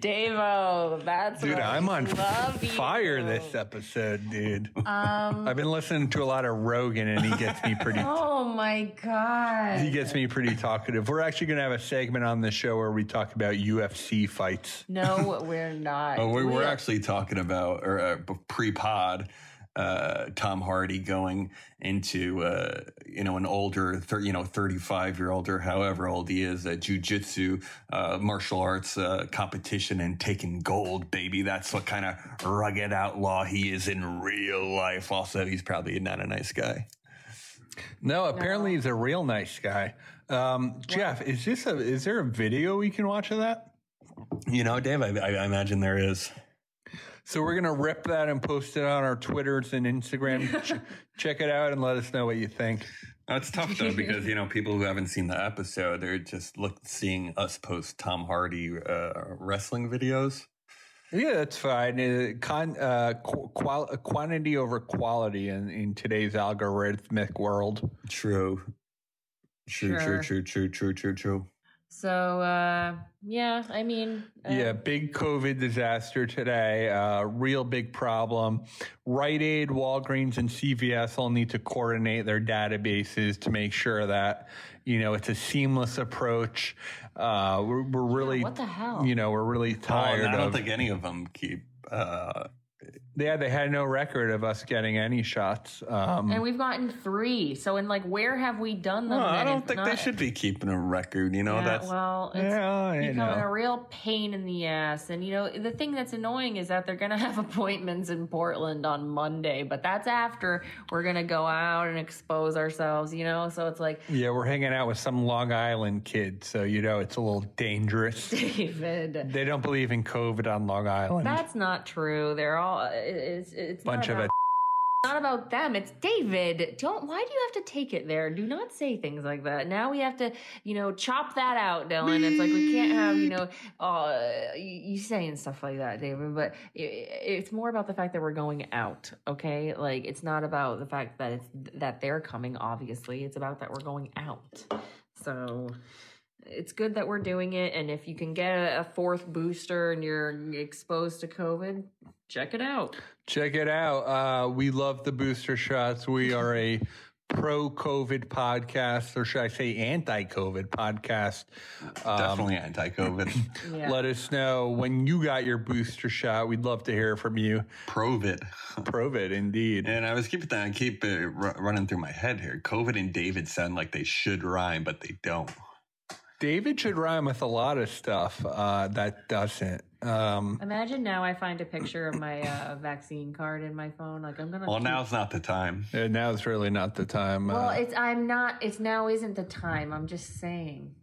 Speaker 5: Davo, oh, that's
Speaker 3: Dude,
Speaker 5: what
Speaker 3: I'm
Speaker 5: I
Speaker 3: on
Speaker 5: love you. Um,
Speaker 3: fire this episode, dude. I've been listening to a lot of Rogan, and he gets me pretty.
Speaker 5: Oh my god!
Speaker 3: He gets me pretty talkative. We're actually going to have a segment on the show where we talk about UFC fights.
Speaker 5: No, we're not.
Speaker 4: Oh, we
Speaker 5: We-
Speaker 4: were actually talking about or uh, b- pre-pod uh, Tom Hardy going into uh, you know an older thir- you know thirty five year old or however old he is a jujitsu uh, martial arts uh, competition and taking gold, baby. That's what kind of rugged outlaw he is in real life. Also, he's probably not a nice guy.
Speaker 3: No, apparently he's a real nice guy. Um, Jeff, is this a? Is there a video we can watch of that?
Speaker 4: You know, Dave. I, I imagine there is.
Speaker 3: So we're gonna rip that and post it on our Twitters and Instagram. Ch- check it out and let us know what you think.
Speaker 4: That's tough though because you know people who haven't seen the episode they're just look seeing us post Tom Hardy uh, wrestling videos.
Speaker 3: Yeah, that's fine. Uh, con, uh, qu- qual- uh, quantity over quality in, in today's algorithmic world.
Speaker 4: True. True,
Speaker 5: Sure.
Speaker 4: true, true, true, true, true, true.
Speaker 5: So, uh, yeah, I mean, uh,
Speaker 3: yeah, big COVID disaster today. Uh, real big problem. Rite Aid, Walgreens, and CVS all need to coordinate their databases to make sure that you know it's a seamless approach. Uh, we're, we're really,
Speaker 5: what the hell?
Speaker 3: you know, we're really tired.
Speaker 4: Tired Oh, I
Speaker 3: of,
Speaker 4: don't think any of them keep. Uh,
Speaker 3: yeah, they had no record of us getting any shots. Um,
Speaker 5: and we've gotten three. So, in like, where have we done them?
Speaker 4: well, I
Speaker 5: then
Speaker 4: don't
Speaker 5: if
Speaker 4: think they
Speaker 5: not-
Speaker 4: should be keeping a record. You know,
Speaker 5: Yeah,
Speaker 4: that's
Speaker 5: well, it's
Speaker 3: Yeah, you
Speaker 5: becoming
Speaker 3: know.
Speaker 5: a real pain in the ass. And you know, the thing that's annoying is that they're gonna have appointments in Portland on Monday, but that's after we're gonna go out and expose ourselves. You know, so it's like,
Speaker 3: yeah, we're hanging out with some Long Island kid, so you know it's a little dangerous.
Speaker 5: David.
Speaker 3: they don't believe in COVID on Long Island.
Speaker 5: That's not true. They're all it- it's it's
Speaker 3: Bunch of
Speaker 5: not about,
Speaker 3: a
Speaker 5: not about them. It's David. Don't why do you have to take it there? Do not say things like that. Now we have to, you know, chop that out, Dylan. It's like we can't have, you know, uh you, you saying stuff like that, David, but it, it's more about the fact that we're going out, okay? Like it's not about the fact that it's that they're coming obviously. It's about that we're going out. So it's good that we're doing it. And if you can get a, a fourth booster and you're exposed to COVID, check it out.
Speaker 3: Check it out. Uh, we love the booster shots. We are a pro COVID podcast, or should I say anti COVID podcast. Um,
Speaker 4: definitely anti-COVID.
Speaker 5: Yeah.
Speaker 3: Let us know when you got your booster shot. We'd love to hear from you.
Speaker 4: Provid.
Speaker 3: Provid, indeed.
Speaker 4: And I was keeping that. I keep it r- running through my head here. COVID and David sound like they should rhyme, but they don't.
Speaker 3: David should rhyme with a lot of stuff uh, that doesn't. Um,
Speaker 5: Imagine now I find a picture of my uh, vaccine card in my phone. Like I'm gonna.
Speaker 4: Well,
Speaker 5: keep-
Speaker 4: now's not the time.
Speaker 3: and now's really not the time.
Speaker 5: Well,
Speaker 3: uh,
Speaker 5: it's I'm not. It's now isn't the time. I'm just saying.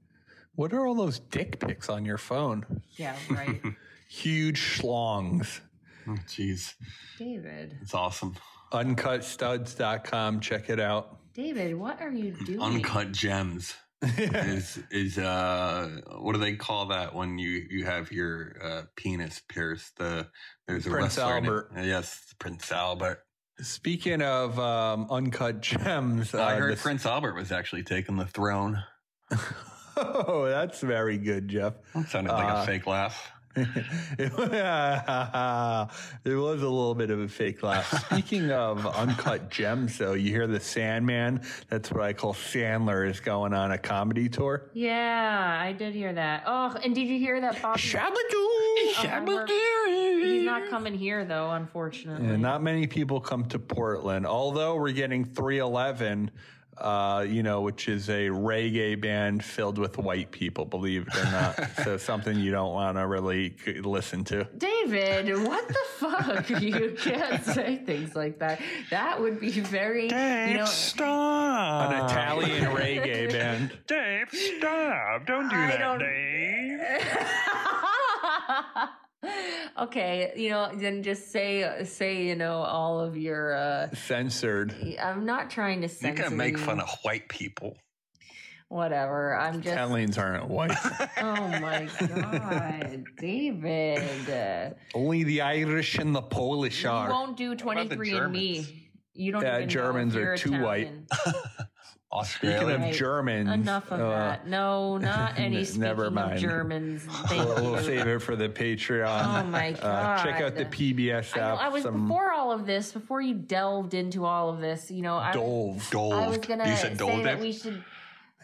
Speaker 3: what are all those dick pics on your phone?
Speaker 5: Yeah, right,
Speaker 3: Huge schlongs.
Speaker 4: Oh, Jeez,
Speaker 5: David.
Speaker 4: it's awesome.
Speaker 3: Uncutstuds.com. Check it out.
Speaker 5: David, what are you doing?
Speaker 4: uncut gems is is uh what do they call that when you you have your uh penis pierced the there's a
Speaker 3: Prince
Speaker 4: wrestler
Speaker 3: Albert.
Speaker 4: in it. yes prince albert
Speaker 3: Speaking of um, uncut gems, uh,
Speaker 4: i heard
Speaker 3: this-
Speaker 4: prince albert was actually taking the throne
Speaker 3: Oh, that's very good, Jeff.
Speaker 4: that sounded like
Speaker 3: Uh,
Speaker 4: a fake laugh
Speaker 3: it was a little bit of a fake laugh. Speaking of uncut gems, though, you hear the Sandman. That's what I call Sandler is going on a comedy tour.
Speaker 5: Yeah, I did hear that. Oh, and did you hear that, Bobby?
Speaker 3: Shabadoo,
Speaker 5: He's
Speaker 3: shabadoo.
Speaker 5: not coming here though, unfortunately.
Speaker 3: Yeah, not many people come to Portland, although we're getting 311, uh, you know, which is a reggae band filled with white people, believe it or not. so something you don't want to really c- listen to.
Speaker 5: David, what the fuck? you can't say things like that. That would be very, you know,
Speaker 3: An
Speaker 5: Uh,
Speaker 3: Italian reggae band.
Speaker 7: Dave, stop! Don't do
Speaker 5: I
Speaker 7: that,
Speaker 5: don't-
Speaker 7: Dave.
Speaker 5: okay, you know, then just say say you know all of your. uh
Speaker 3: Censored.
Speaker 5: I'm not trying to
Speaker 4: you
Speaker 5: censor.
Speaker 4: can make fun of white people
Speaker 5: whatever. I'm just.
Speaker 3: Catleens aren't white.
Speaker 5: Oh my god, David!
Speaker 3: Only the Irish and the Polish
Speaker 5: You
Speaker 3: are.
Speaker 5: won't do
Speaker 7: about the
Speaker 5: 23 and
Speaker 7: Germans?
Speaker 5: me. You don't.
Speaker 3: Yeah,
Speaker 5: even know
Speaker 3: Germans
Speaker 5: if
Speaker 3: are
Speaker 5: you're
Speaker 3: too white.
Speaker 5: Italian.
Speaker 3: Speaking
Speaker 4: Australia.
Speaker 3: of
Speaker 5: Right.
Speaker 3: Germans,
Speaker 5: Enough of
Speaker 3: uh,
Speaker 5: that. No, not any
Speaker 3: n-
Speaker 5: speaking
Speaker 3: never
Speaker 5: of
Speaker 3: mind.
Speaker 5: Germans. Thank
Speaker 3: We'll,
Speaker 5: you.
Speaker 3: we'll save it for the Patreon.
Speaker 5: Oh my god!
Speaker 3: Uh, check out the PBS
Speaker 5: I, know,
Speaker 3: app.
Speaker 5: I was
Speaker 3: some
Speaker 5: before all of this. Before you delved into all of this, you know, I,
Speaker 3: Dove.
Speaker 5: I was
Speaker 4: Dove.
Speaker 5: gonna
Speaker 4: You
Speaker 5: say
Speaker 4: said dove.
Speaker 5: that we should.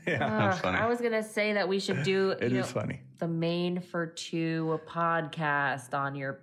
Speaker 3: Yeah,
Speaker 5: Ugh,
Speaker 4: funny.
Speaker 5: I was gonna say that we should do.
Speaker 3: it
Speaker 5: you
Speaker 3: is
Speaker 5: know,
Speaker 3: funny.
Speaker 5: the main for two podcast on your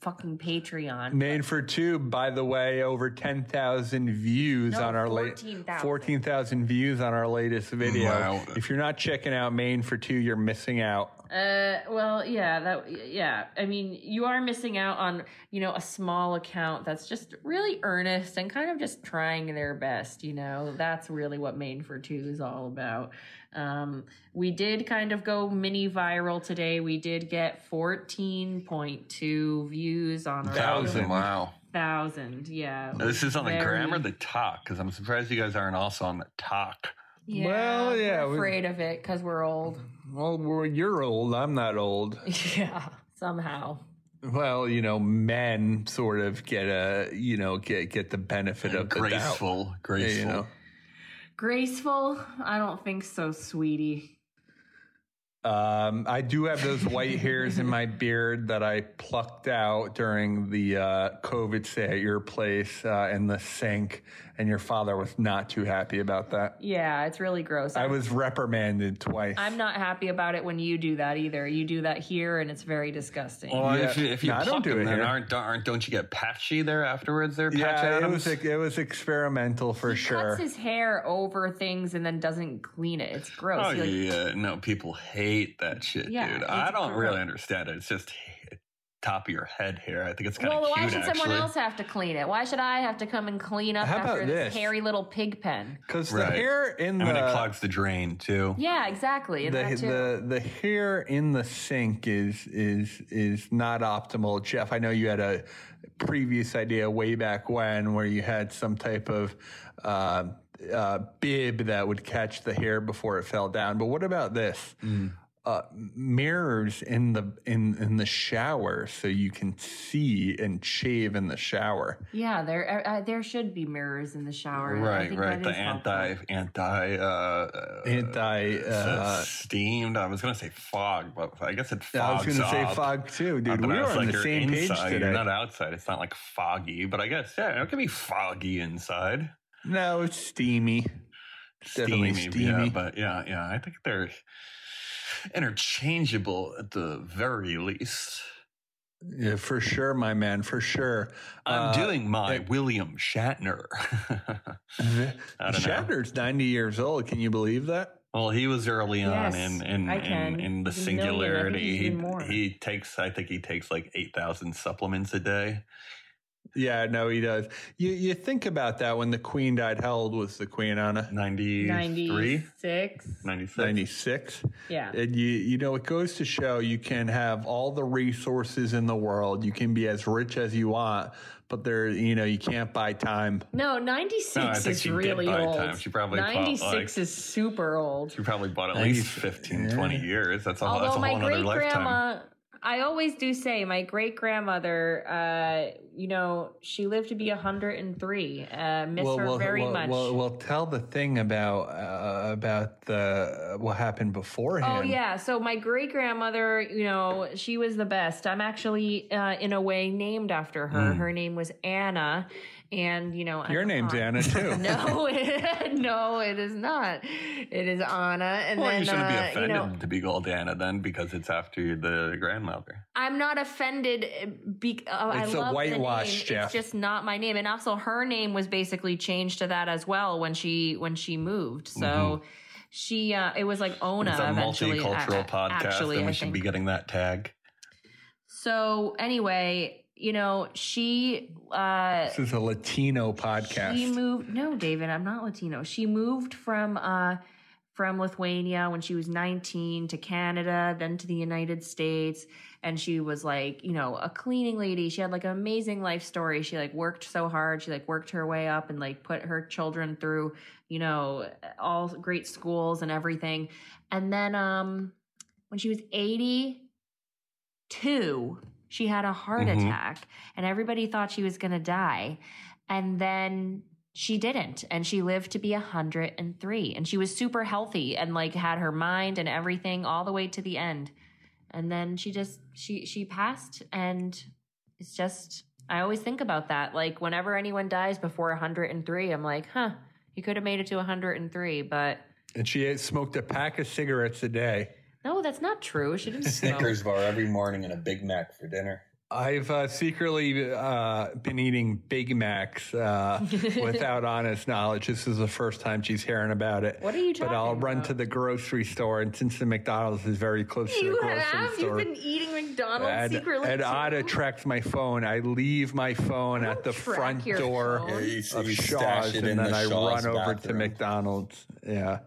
Speaker 5: fucking Patreon.
Speaker 3: Made for two, by the way, over ten thousand views
Speaker 5: No,
Speaker 3: on our late
Speaker 5: 14,000.
Speaker 3: fourteen thousand views on our latest video.
Speaker 4: Wow.
Speaker 3: If you're not checking out Maine for two, you're missing out.
Speaker 5: Uh, well, yeah, that yeah. I mean, you are missing out on you know a small account that's just really earnest and kind of just trying their best. You know, that's really what Maine for Two is all about. Um, we did kind of go mini viral today. We did get fourteen point two views on our
Speaker 3: Thousand.
Speaker 4: Wow.
Speaker 5: thousand. Yeah,
Speaker 4: This is on the
Speaker 5: Very-
Speaker 4: gram or the talk because I'm surprised you guys aren't also on the talk.
Speaker 5: yeah.
Speaker 3: Well, yeah,
Speaker 5: we're
Speaker 3: we-
Speaker 5: afraid of it because we're old.
Speaker 3: Well, well, you're old. I'm not old.
Speaker 5: yeah, somehow.
Speaker 3: Well, you know, men sort of get a you know get get the benefit of the doubt.
Speaker 4: graceful, graceful.
Speaker 3: You know.
Speaker 5: Graceful? I don't think so, sweetie.
Speaker 3: Um, I do have those white hairs in my beard that I plucked out during the uh, COVID stay at your place uh, in the sink, and your father was not too happy about that.
Speaker 5: Yeah, it's really gross.
Speaker 3: I was reprimanded twice.
Speaker 5: I'm not happy about it when you do that either. You do that here, and it's very disgusting.
Speaker 4: Well,
Speaker 3: Yeah.
Speaker 4: if you, if you
Speaker 3: No, I
Speaker 4: pluck
Speaker 3: don't do
Speaker 4: them,
Speaker 3: it
Speaker 4: then
Speaker 3: here.
Speaker 4: aren't, aren't don't you get patchy there afterwards? There, Patch
Speaker 3: yeah, it
Speaker 4: Adams.
Speaker 3: was it was experimental for
Speaker 5: he
Speaker 3: sure.
Speaker 5: cuts his hair over things and then doesn't clean it. It's gross.
Speaker 4: oh
Speaker 5: He, like,
Speaker 4: yeah, no, people hate that shit,
Speaker 5: Yeah,
Speaker 4: dude.
Speaker 5: it's
Speaker 4: I don't really
Speaker 5: gross.
Speaker 4: understand it. It's just top of your head hair. I think it's kind of
Speaker 5: Well,
Speaker 4: cute.
Speaker 5: why should
Speaker 4: actually.
Speaker 5: someone else have to clean it? Why should I have to come and clean up
Speaker 3: How about
Speaker 5: after
Speaker 3: this?
Speaker 5: this hairy little pig pen?
Speaker 3: Because
Speaker 4: Right.
Speaker 3: the hair in
Speaker 4: I mean, it
Speaker 3: the
Speaker 4: clogs the drain too.
Speaker 5: Yeah, exactly.
Speaker 3: the,
Speaker 5: and that too.
Speaker 3: the the hair in the sink is is is not optimal. Jeff, I know you had a previous idea way back when where you had some type of uh, uh, bib that would catch the hair before it fell down. But what about this?
Speaker 4: Mm.
Speaker 3: Uh, mirrors in the in in the shower so you can see and shave in the shower.
Speaker 5: yeah, there uh, uh, there should be mirrors in the shower. I
Speaker 4: Right,
Speaker 5: think that
Speaker 4: right. The
Speaker 5: is helpful.
Speaker 4: anti, anti, uh, uh,
Speaker 3: Anti. Uh,
Speaker 4: steamed. I was gonna say fog, but I guess it fogs
Speaker 3: I was going to say
Speaker 4: up.
Speaker 3: fog too,
Speaker 4: Uh,
Speaker 3: dude.
Speaker 4: but
Speaker 3: we
Speaker 4: I
Speaker 3: were
Speaker 4: was
Speaker 3: on
Speaker 4: like,
Speaker 3: the
Speaker 4: you're
Speaker 3: same page
Speaker 4: inside,
Speaker 3: today.
Speaker 4: You're not outside. It's not like foggy, but I guess yeah, it can be foggy inside.
Speaker 3: No, it's steamy. Definitely
Speaker 4: Yeah,
Speaker 3: steamy.
Speaker 4: but yeah, yeah. I think they're interchangeable at the very least.
Speaker 3: Yeah, for sure, my man, for sure.
Speaker 4: I'm
Speaker 3: Uh,
Speaker 4: doing my
Speaker 3: it-
Speaker 4: William Shatner.
Speaker 3: th-
Speaker 4: I don't know.
Speaker 3: Shatner's 90 years old. Can you believe that?
Speaker 4: well, he was early
Speaker 5: Yes,
Speaker 4: on in in,
Speaker 5: I
Speaker 4: in,
Speaker 5: can.
Speaker 4: in the
Speaker 5: He's a million. I think he's
Speaker 4: singularity.
Speaker 5: even more.
Speaker 4: He, he takes, I think he takes like eight thousand supplements a day.
Speaker 3: Yeah, no, he does. You you think about that when the Queen died. How old was the Queen, Anna?
Speaker 4: 93?
Speaker 5: 96.
Speaker 4: 96.
Speaker 3: 96.
Speaker 5: Yeah.
Speaker 3: And you you know it goes to show you can have all the resources in the world. You can be as rich as you want, but there you know you can't buy time.
Speaker 5: No, 96
Speaker 4: No, I think
Speaker 5: is
Speaker 4: she did
Speaker 5: really
Speaker 4: buy
Speaker 5: old.
Speaker 4: time. She probably bought,
Speaker 5: 96
Speaker 4: like-
Speaker 5: is super old.
Speaker 4: You probably bought at
Speaker 3: Nice.
Speaker 4: least 15,
Speaker 3: Yeah.
Speaker 4: 20 years. That's a, that's
Speaker 5: Although
Speaker 4: a
Speaker 5: my
Speaker 4: whole other
Speaker 5: great
Speaker 4: lifetime.
Speaker 5: grandma, I always do say my great grandmother, uh, you know, she lived to be 103. Uh, miss her very
Speaker 3: well,
Speaker 5: much.
Speaker 3: Well, well, tell the thing about uh, about the what happened beforehand.
Speaker 5: Oh yeah, so my great grandmother, you know, she was the best. I'm actually, uh, in a way, named after her.
Speaker 4: Hmm.
Speaker 5: Her name was Anna, and you know, I'm
Speaker 3: your name's
Speaker 5: hot.
Speaker 3: Anna too.
Speaker 5: No, it, no, it is not. It is Anna, and
Speaker 4: Well,
Speaker 5: then
Speaker 4: you shouldn't be
Speaker 5: uh, you
Speaker 4: offended
Speaker 5: know,
Speaker 4: to be called Anna then because it's after the grandmother.
Speaker 5: I'm not offended. uh, Be, uh, I
Speaker 3: It's a
Speaker 5: love the
Speaker 3: whitewash,
Speaker 5: name.
Speaker 3: Jeff.
Speaker 5: It's just not my name, and also her name was basically changed to that as well when she when she moved. So she uh, it was like Ona
Speaker 4: Mm-hmm. it's a
Speaker 5: eventually. uh, a-
Speaker 4: multicultural
Speaker 5: a-
Speaker 4: podcast,
Speaker 5: actually,
Speaker 4: and we
Speaker 5: I
Speaker 4: should be
Speaker 5: think.
Speaker 4: getting that tag.
Speaker 5: So anyway, you know she. Uh,
Speaker 3: This is a Latino podcast.
Speaker 5: She moved. No, David, I'm not Latino. She moved from uh, from Lithuania when she was 19 to Canada, then to the United States. And she was like, you know, a cleaning lady. She had like an amazing life story. She like worked so hard. She like worked her way up and like put her children through, you know, all great schools and everything. And then um when she was 82, she had a heart
Speaker 4: Mhm.
Speaker 5: attack and everybody thought she was going to die. And then she didn't and she lived to be 103 and she was super healthy and like had her mind and everything all the way to the end and then she just she she passed and it's just i always think about that like whenever anyone dies before 103 i'm like huh you could have made it to 103 but
Speaker 3: And she ate- smoked a pack of cigarettes a day.
Speaker 5: no that's not true she didn't smoke.
Speaker 4: Snickers bar every morning and a Big Mac for dinner.
Speaker 3: I've uh, secretly uh, been eating Big Macs uh, without honest knowledge. This is the first time she's hearing about it.
Speaker 5: What are you
Speaker 3: But I'll
Speaker 5: talking
Speaker 3: run
Speaker 5: about?
Speaker 3: to the grocery store, and since the McDonald's is very close to the
Speaker 5: you
Speaker 3: grocery
Speaker 5: have you've
Speaker 3: store,
Speaker 5: been eating mcdonald's
Speaker 3: and,
Speaker 5: secretly
Speaker 3: and
Speaker 5: too?
Speaker 3: Ada tracks my phone. I leave my phone at the
Speaker 5: Don't track
Speaker 3: front
Speaker 5: your
Speaker 3: door
Speaker 5: phone. Yeah,
Speaker 4: you-
Speaker 3: of
Speaker 4: you stash
Speaker 3: Shaw's,
Speaker 4: it
Speaker 3: and
Speaker 4: in
Speaker 3: then
Speaker 4: the
Speaker 3: I
Speaker 4: Shaw's
Speaker 3: run over to
Speaker 4: bathroom.
Speaker 3: McDonald's. Yeah.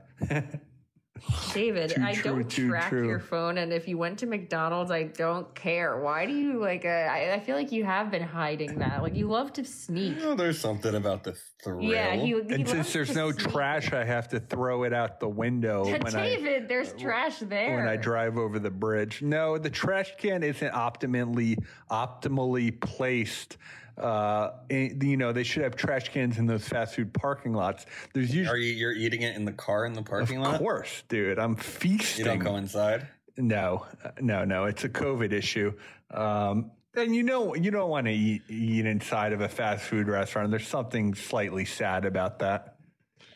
Speaker 5: David,
Speaker 3: Too
Speaker 5: I
Speaker 3: true,
Speaker 5: don't
Speaker 3: too
Speaker 5: track
Speaker 3: true.
Speaker 5: your phone, and if you went to McDonald's, I don't care. Why do you like? Uh, I, I feel like you have been hiding that. Like you love to sneak.
Speaker 4: Oh, there's something about the thrill.
Speaker 5: Yeah, he. he
Speaker 3: And
Speaker 5: loves
Speaker 3: since there's
Speaker 5: to
Speaker 3: no
Speaker 5: sneak.
Speaker 3: trash, I have to throw it out the window when I
Speaker 5: David, there's trash there.
Speaker 3: when I drive over the bridge. No, the trash can isn't optimally optimally placed. Uh, in- you know, they should have trash cans in those fast food parking lots. There's
Speaker 4: Are
Speaker 3: usually,
Speaker 4: you you're eating it in the car in the parking
Speaker 3: of
Speaker 4: lot?
Speaker 3: course, dude. I'm
Speaker 4: You
Speaker 3: feasting.
Speaker 4: don't go inside.
Speaker 3: No, uh, no, no. It's a COVID issue. Um, and you know, you don't want to eat, eat inside of a fast food restaurant. There's something slightly sad about that.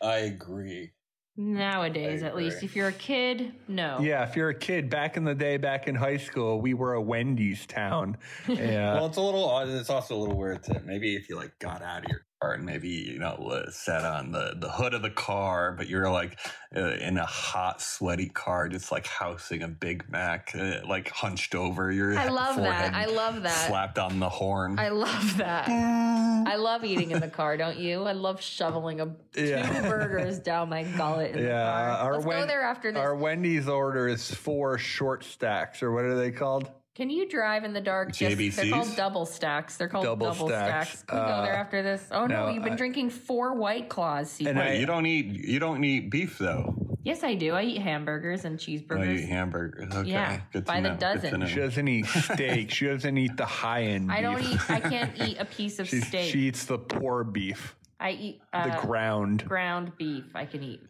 Speaker 4: I agree.
Speaker 5: Nowadays,
Speaker 4: I
Speaker 5: at least,
Speaker 4: agree.
Speaker 5: if you're a kid, no.
Speaker 4: Oh.
Speaker 3: Yeah, if you're a kid, back in the day, back in high school, we were a Wendy's town. Yeah.
Speaker 4: well, it's a little odd. It's also a little weird that maybe if you like got out of your car and maybe you know uh, sat on the the hood of the car, but you're like uh, in a hot, sweaty car, just like housing a Big Mac, uh, like hunched over. Your
Speaker 5: I love that.
Speaker 4: forehead
Speaker 5: I love that.
Speaker 4: Slapped on the horn.
Speaker 5: I love that.
Speaker 3: Mm.
Speaker 5: I love eating in the car, don't you? I love shoveling a,
Speaker 3: Yeah.
Speaker 5: two burgers down my gullet.
Speaker 3: yeah,
Speaker 5: In the car.
Speaker 3: our,
Speaker 5: Let's go
Speaker 3: Wen-
Speaker 5: there after this.
Speaker 3: our Wendy's order is four short stacks, or what are they called?
Speaker 5: Can you drive in the dark? Just, they're
Speaker 4: JBCs?
Speaker 5: called double stacks. They're called
Speaker 3: Double
Speaker 5: double,
Speaker 3: stacks.
Speaker 5: stacks. Can we
Speaker 3: Uh,
Speaker 5: go there after this? Oh no,
Speaker 3: no,
Speaker 5: you've been
Speaker 3: I-
Speaker 5: drinking four White Claws. Steve.
Speaker 3: And I-
Speaker 4: Wait, you don't eat you don't eat beef though.
Speaker 5: yes, I do. I eat hamburgers and
Speaker 4: Oh, you
Speaker 5: cheeseburgers.
Speaker 4: eat hamburgers. Okay.
Speaker 5: Yeah,
Speaker 4: Good to
Speaker 5: by the
Speaker 4: know. Good to
Speaker 5: dozen.
Speaker 4: know.
Speaker 3: She doesn't eat steak. she doesn't eat the high end.
Speaker 5: I don't eat. I can't eat a piece of
Speaker 3: She,
Speaker 5: steak.
Speaker 3: she eats the poor beef,
Speaker 5: I eat
Speaker 3: the
Speaker 5: uh,
Speaker 3: ground.
Speaker 5: ground beef. I can eat.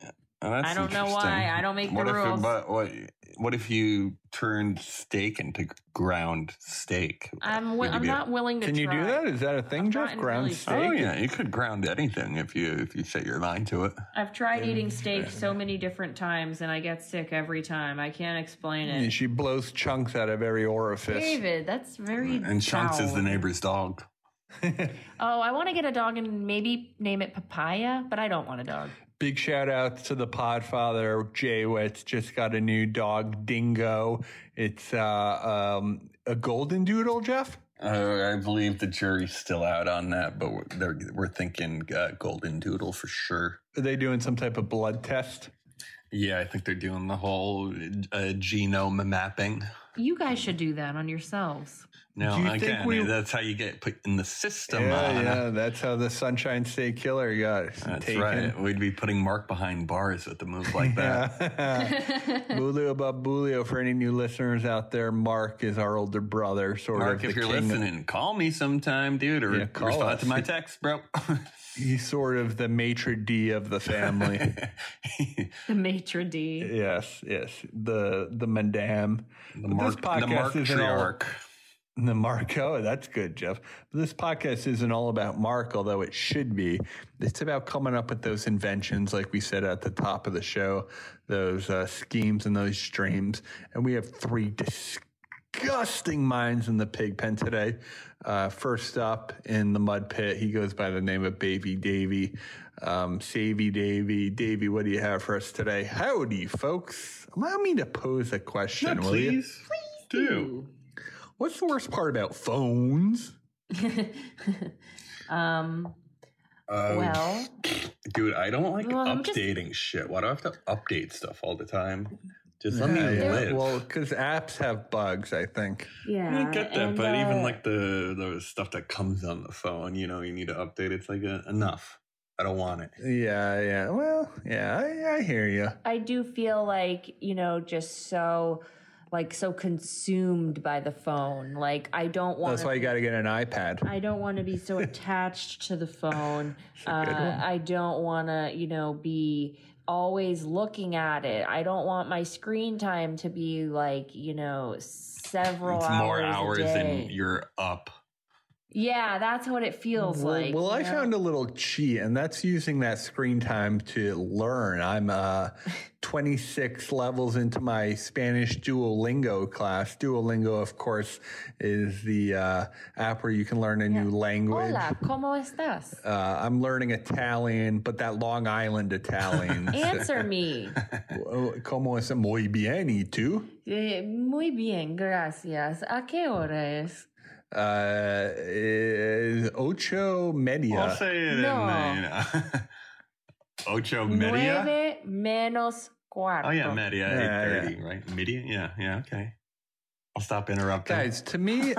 Speaker 4: Oh, that's
Speaker 5: I don't know why.
Speaker 4: interesting.
Speaker 5: I don't make the
Speaker 4: what if it-
Speaker 5: rules.
Speaker 4: but what, what if you turned steak into ground steak?
Speaker 5: I'm. Wi-
Speaker 4: Would you
Speaker 5: I'm
Speaker 4: be-
Speaker 5: not willing to.
Speaker 3: Can you do
Speaker 5: try.
Speaker 3: that? Is that a thing,
Speaker 5: I'm
Speaker 3: Jeff?
Speaker 5: not
Speaker 3: Ground
Speaker 5: really
Speaker 3: steak?
Speaker 4: Oh yeah, you could ground anything if you if you set your mind to it.
Speaker 5: I've tried eating steak so many different times, and I get sick every time. I can't explain
Speaker 3: And
Speaker 5: it.
Speaker 3: she blows chunks out of every orifice.
Speaker 5: David, that's very.
Speaker 4: And Chunks is
Speaker 5: foul.
Speaker 4: the neighbor's dog.
Speaker 5: Oh, I want to get a dog and maybe name it Papaya, but I don't want a dog.
Speaker 3: Big shout out to the podfather, Jay Witz. Just got a new dog, Dingo. It's uh, um, a golden doodle, Jeff?
Speaker 4: Uh, I believe the jury's still out on that, but we're, they're, we're thinking uh, golden doodle for sure.
Speaker 3: Are they doing some type of blood test?
Speaker 4: Yeah, I think they're doing the whole uh, genome mapping.
Speaker 5: You guys should do that on yourselves.
Speaker 4: No,
Speaker 3: Do you think
Speaker 4: again,
Speaker 3: we-
Speaker 4: that's how you get put in the system.
Speaker 3: yeah,
Speaker 4: Anna.
Speaker 3: yeah, that's how the Sunshine State Killer got
Speaker 4: That's
Speaker 3: taken.
Speaker 4: right. We'd be putting Mark behind bars with a move like that.
Speaker 3: Bulio Babulio, for any new listeners out there, Mark is our older brother, sort
Speaker 4: Mark,
Speaker 3: of.
Speaker 4: if
Speaker 3: the
Speaker 4: you're
Speaker 3: king-
Speaker 4: listening, call me sometime, dude, or
Speaker 3: Yeah, call
Speaker 4: respond
Speaker 3: us.
Speaker 4: to my text, bro.
Speaker 3: He's sort of the maitre d' of the family.
Speaker 4: the
Speaker 5: The maitre d.
Speaker 3: yes, yes. The the madame. But
Speaker 4: Mark, the Mark
Speaker 3: isn't all-
Speaker 4: Triarch.
Speaker 3: The Mark, oh, that's good, Jeff. This podcast isn't all about Mark, although it should be. It's about coming up with those inventions, like we said at the top of the show, those uh, schemes and those dreams. And we have three disgusting minds in the pig pen today. Uh, first up in the mud pit, he goes by the name of Baby Davy. Um, Savy Davy. Davy, what do you have for us today? Howdy, folks. Allow me to pose a question, will you?
Speaker 4: Please do.
Speaker 3: What's the worst part about phones?
Speaker 5: um,
Speaker 4: Um,
Speaker 5: well,
Speaker 4: dude, I don't like
Speaker 5: Well, I'm just-
Speaker 4: updating shit. Why do I have to update stuff all the time? Just let me
Speaker 3: Yeah, yeah.
Speaker 4: live.
Speaker 3: Well, because apps have bugs, I think.
Speaker 5: yeah.
Speaker 4: I get that,
Speaker 5: and,
Speaker 4: but even
Speaker 5: uh,
Speaker 4: like the the stuff that comes on the phone, you know, you need to update. It's like uh enough. I don't want it.
Speaker 3: Yeah, yeah. Well, yeah, I, I hear you.
Speaker 5: I do feel like, you know, just so like so consumed by the phone. Like I don't want
Speaker 3: That's why you got to get an iPad.
Speaker 5: I don't want to be so attached to the phone. Uh, I don't want to, you know, be always looking at it. I don't want my screen time to be like, you know, several
Speaker 4: it's
Speaker 5: hours.
Speaker 4: more hours
Speaker 5: a day.
Speaker 4: than you're up.
Speaker 5: Yeah, that's what it feels
Speaker 3: well,
Speaker 5: like.
Speaker 3: well,
Speaker 5: you
Speaker 3: I
Speaker 5: know?
Speaker 3: found a little cheat, and that's using that screen time to learn. I'm uh, 26 levels into my Spanish Duolingo class. Duolingo, of course, is the uh, app where you can learn a new language.
Speaker 5: Hola, ¿cómo estás?
Speaker 3: Uh, I'm learning Italian, but that Long Island Italian.
Speaker 5: Answer me.
Speaker 3: Oh, Como es muy bien, y tú?
Speaker 5: Eh, Muy bien, gracias. ¿A qué hora es?
Speaker 3: Uh, is ocho media.
Speaker 4: I'll say it
Speaker 5: No.
Speaker 4: in uh, you know, Ocho Media.
Speaker 5: Nueve menos cuarto.
Speaker 4: Oh yeah, Media
Speaker 3: Yeah, yeah.
Speaker 4: eight thirty, right? Media, yeah, yeah, okay. I'll stop interrupting.
Speaker 3: Guys, to me,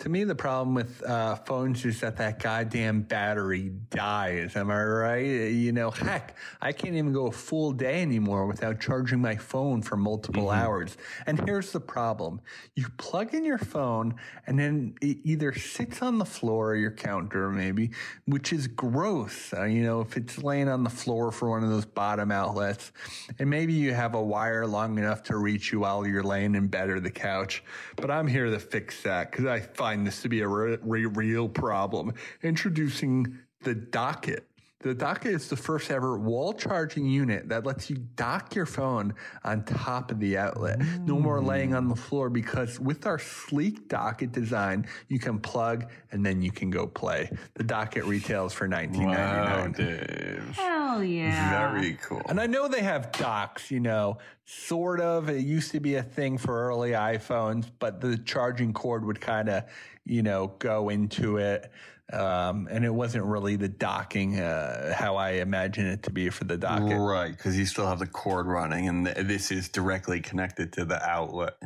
Speaker 3: to me, the problem with uh, phones is that that goddamn battery dies. Am I right? You know, heck, I can't even go a full day anymore without charging my phone for multiple hours. And here's the problem: you plug in your phone, and then it either sits on the floor or your counter, maybe, which is gross. Uh, you know, if it's laying on the floor for one of those bottom outlets, and maybe you have a wire long enough to reach you while you're laying in bed or the couch. But I'm here to fix that because I find this to be a re- re- real problem. Introducing the docket. The docket is the first ever wall charging unit that lets you dock your phone on top of the outlet. No more laying on the floor because with our sleek docket design, you can plug and then you can go play. The docket retails for nineteen ninety
Speaker 4: wow,
Speaker 3: nine.
Speaker 4: Dave.
Speaker 5: Hell yeah.
Speaker 4: Very cool.
Speaker 3: And I know they have docks, you know, sort of. It used to be a thing for early iPhones, but the charging cord would kind of, you know, go into it. Um, and it wasn't really the docking uh, how I imagine it to be for the docket.
Speaker 4: Right, because you still have the cord running, and th- this is directly connected to the outlet.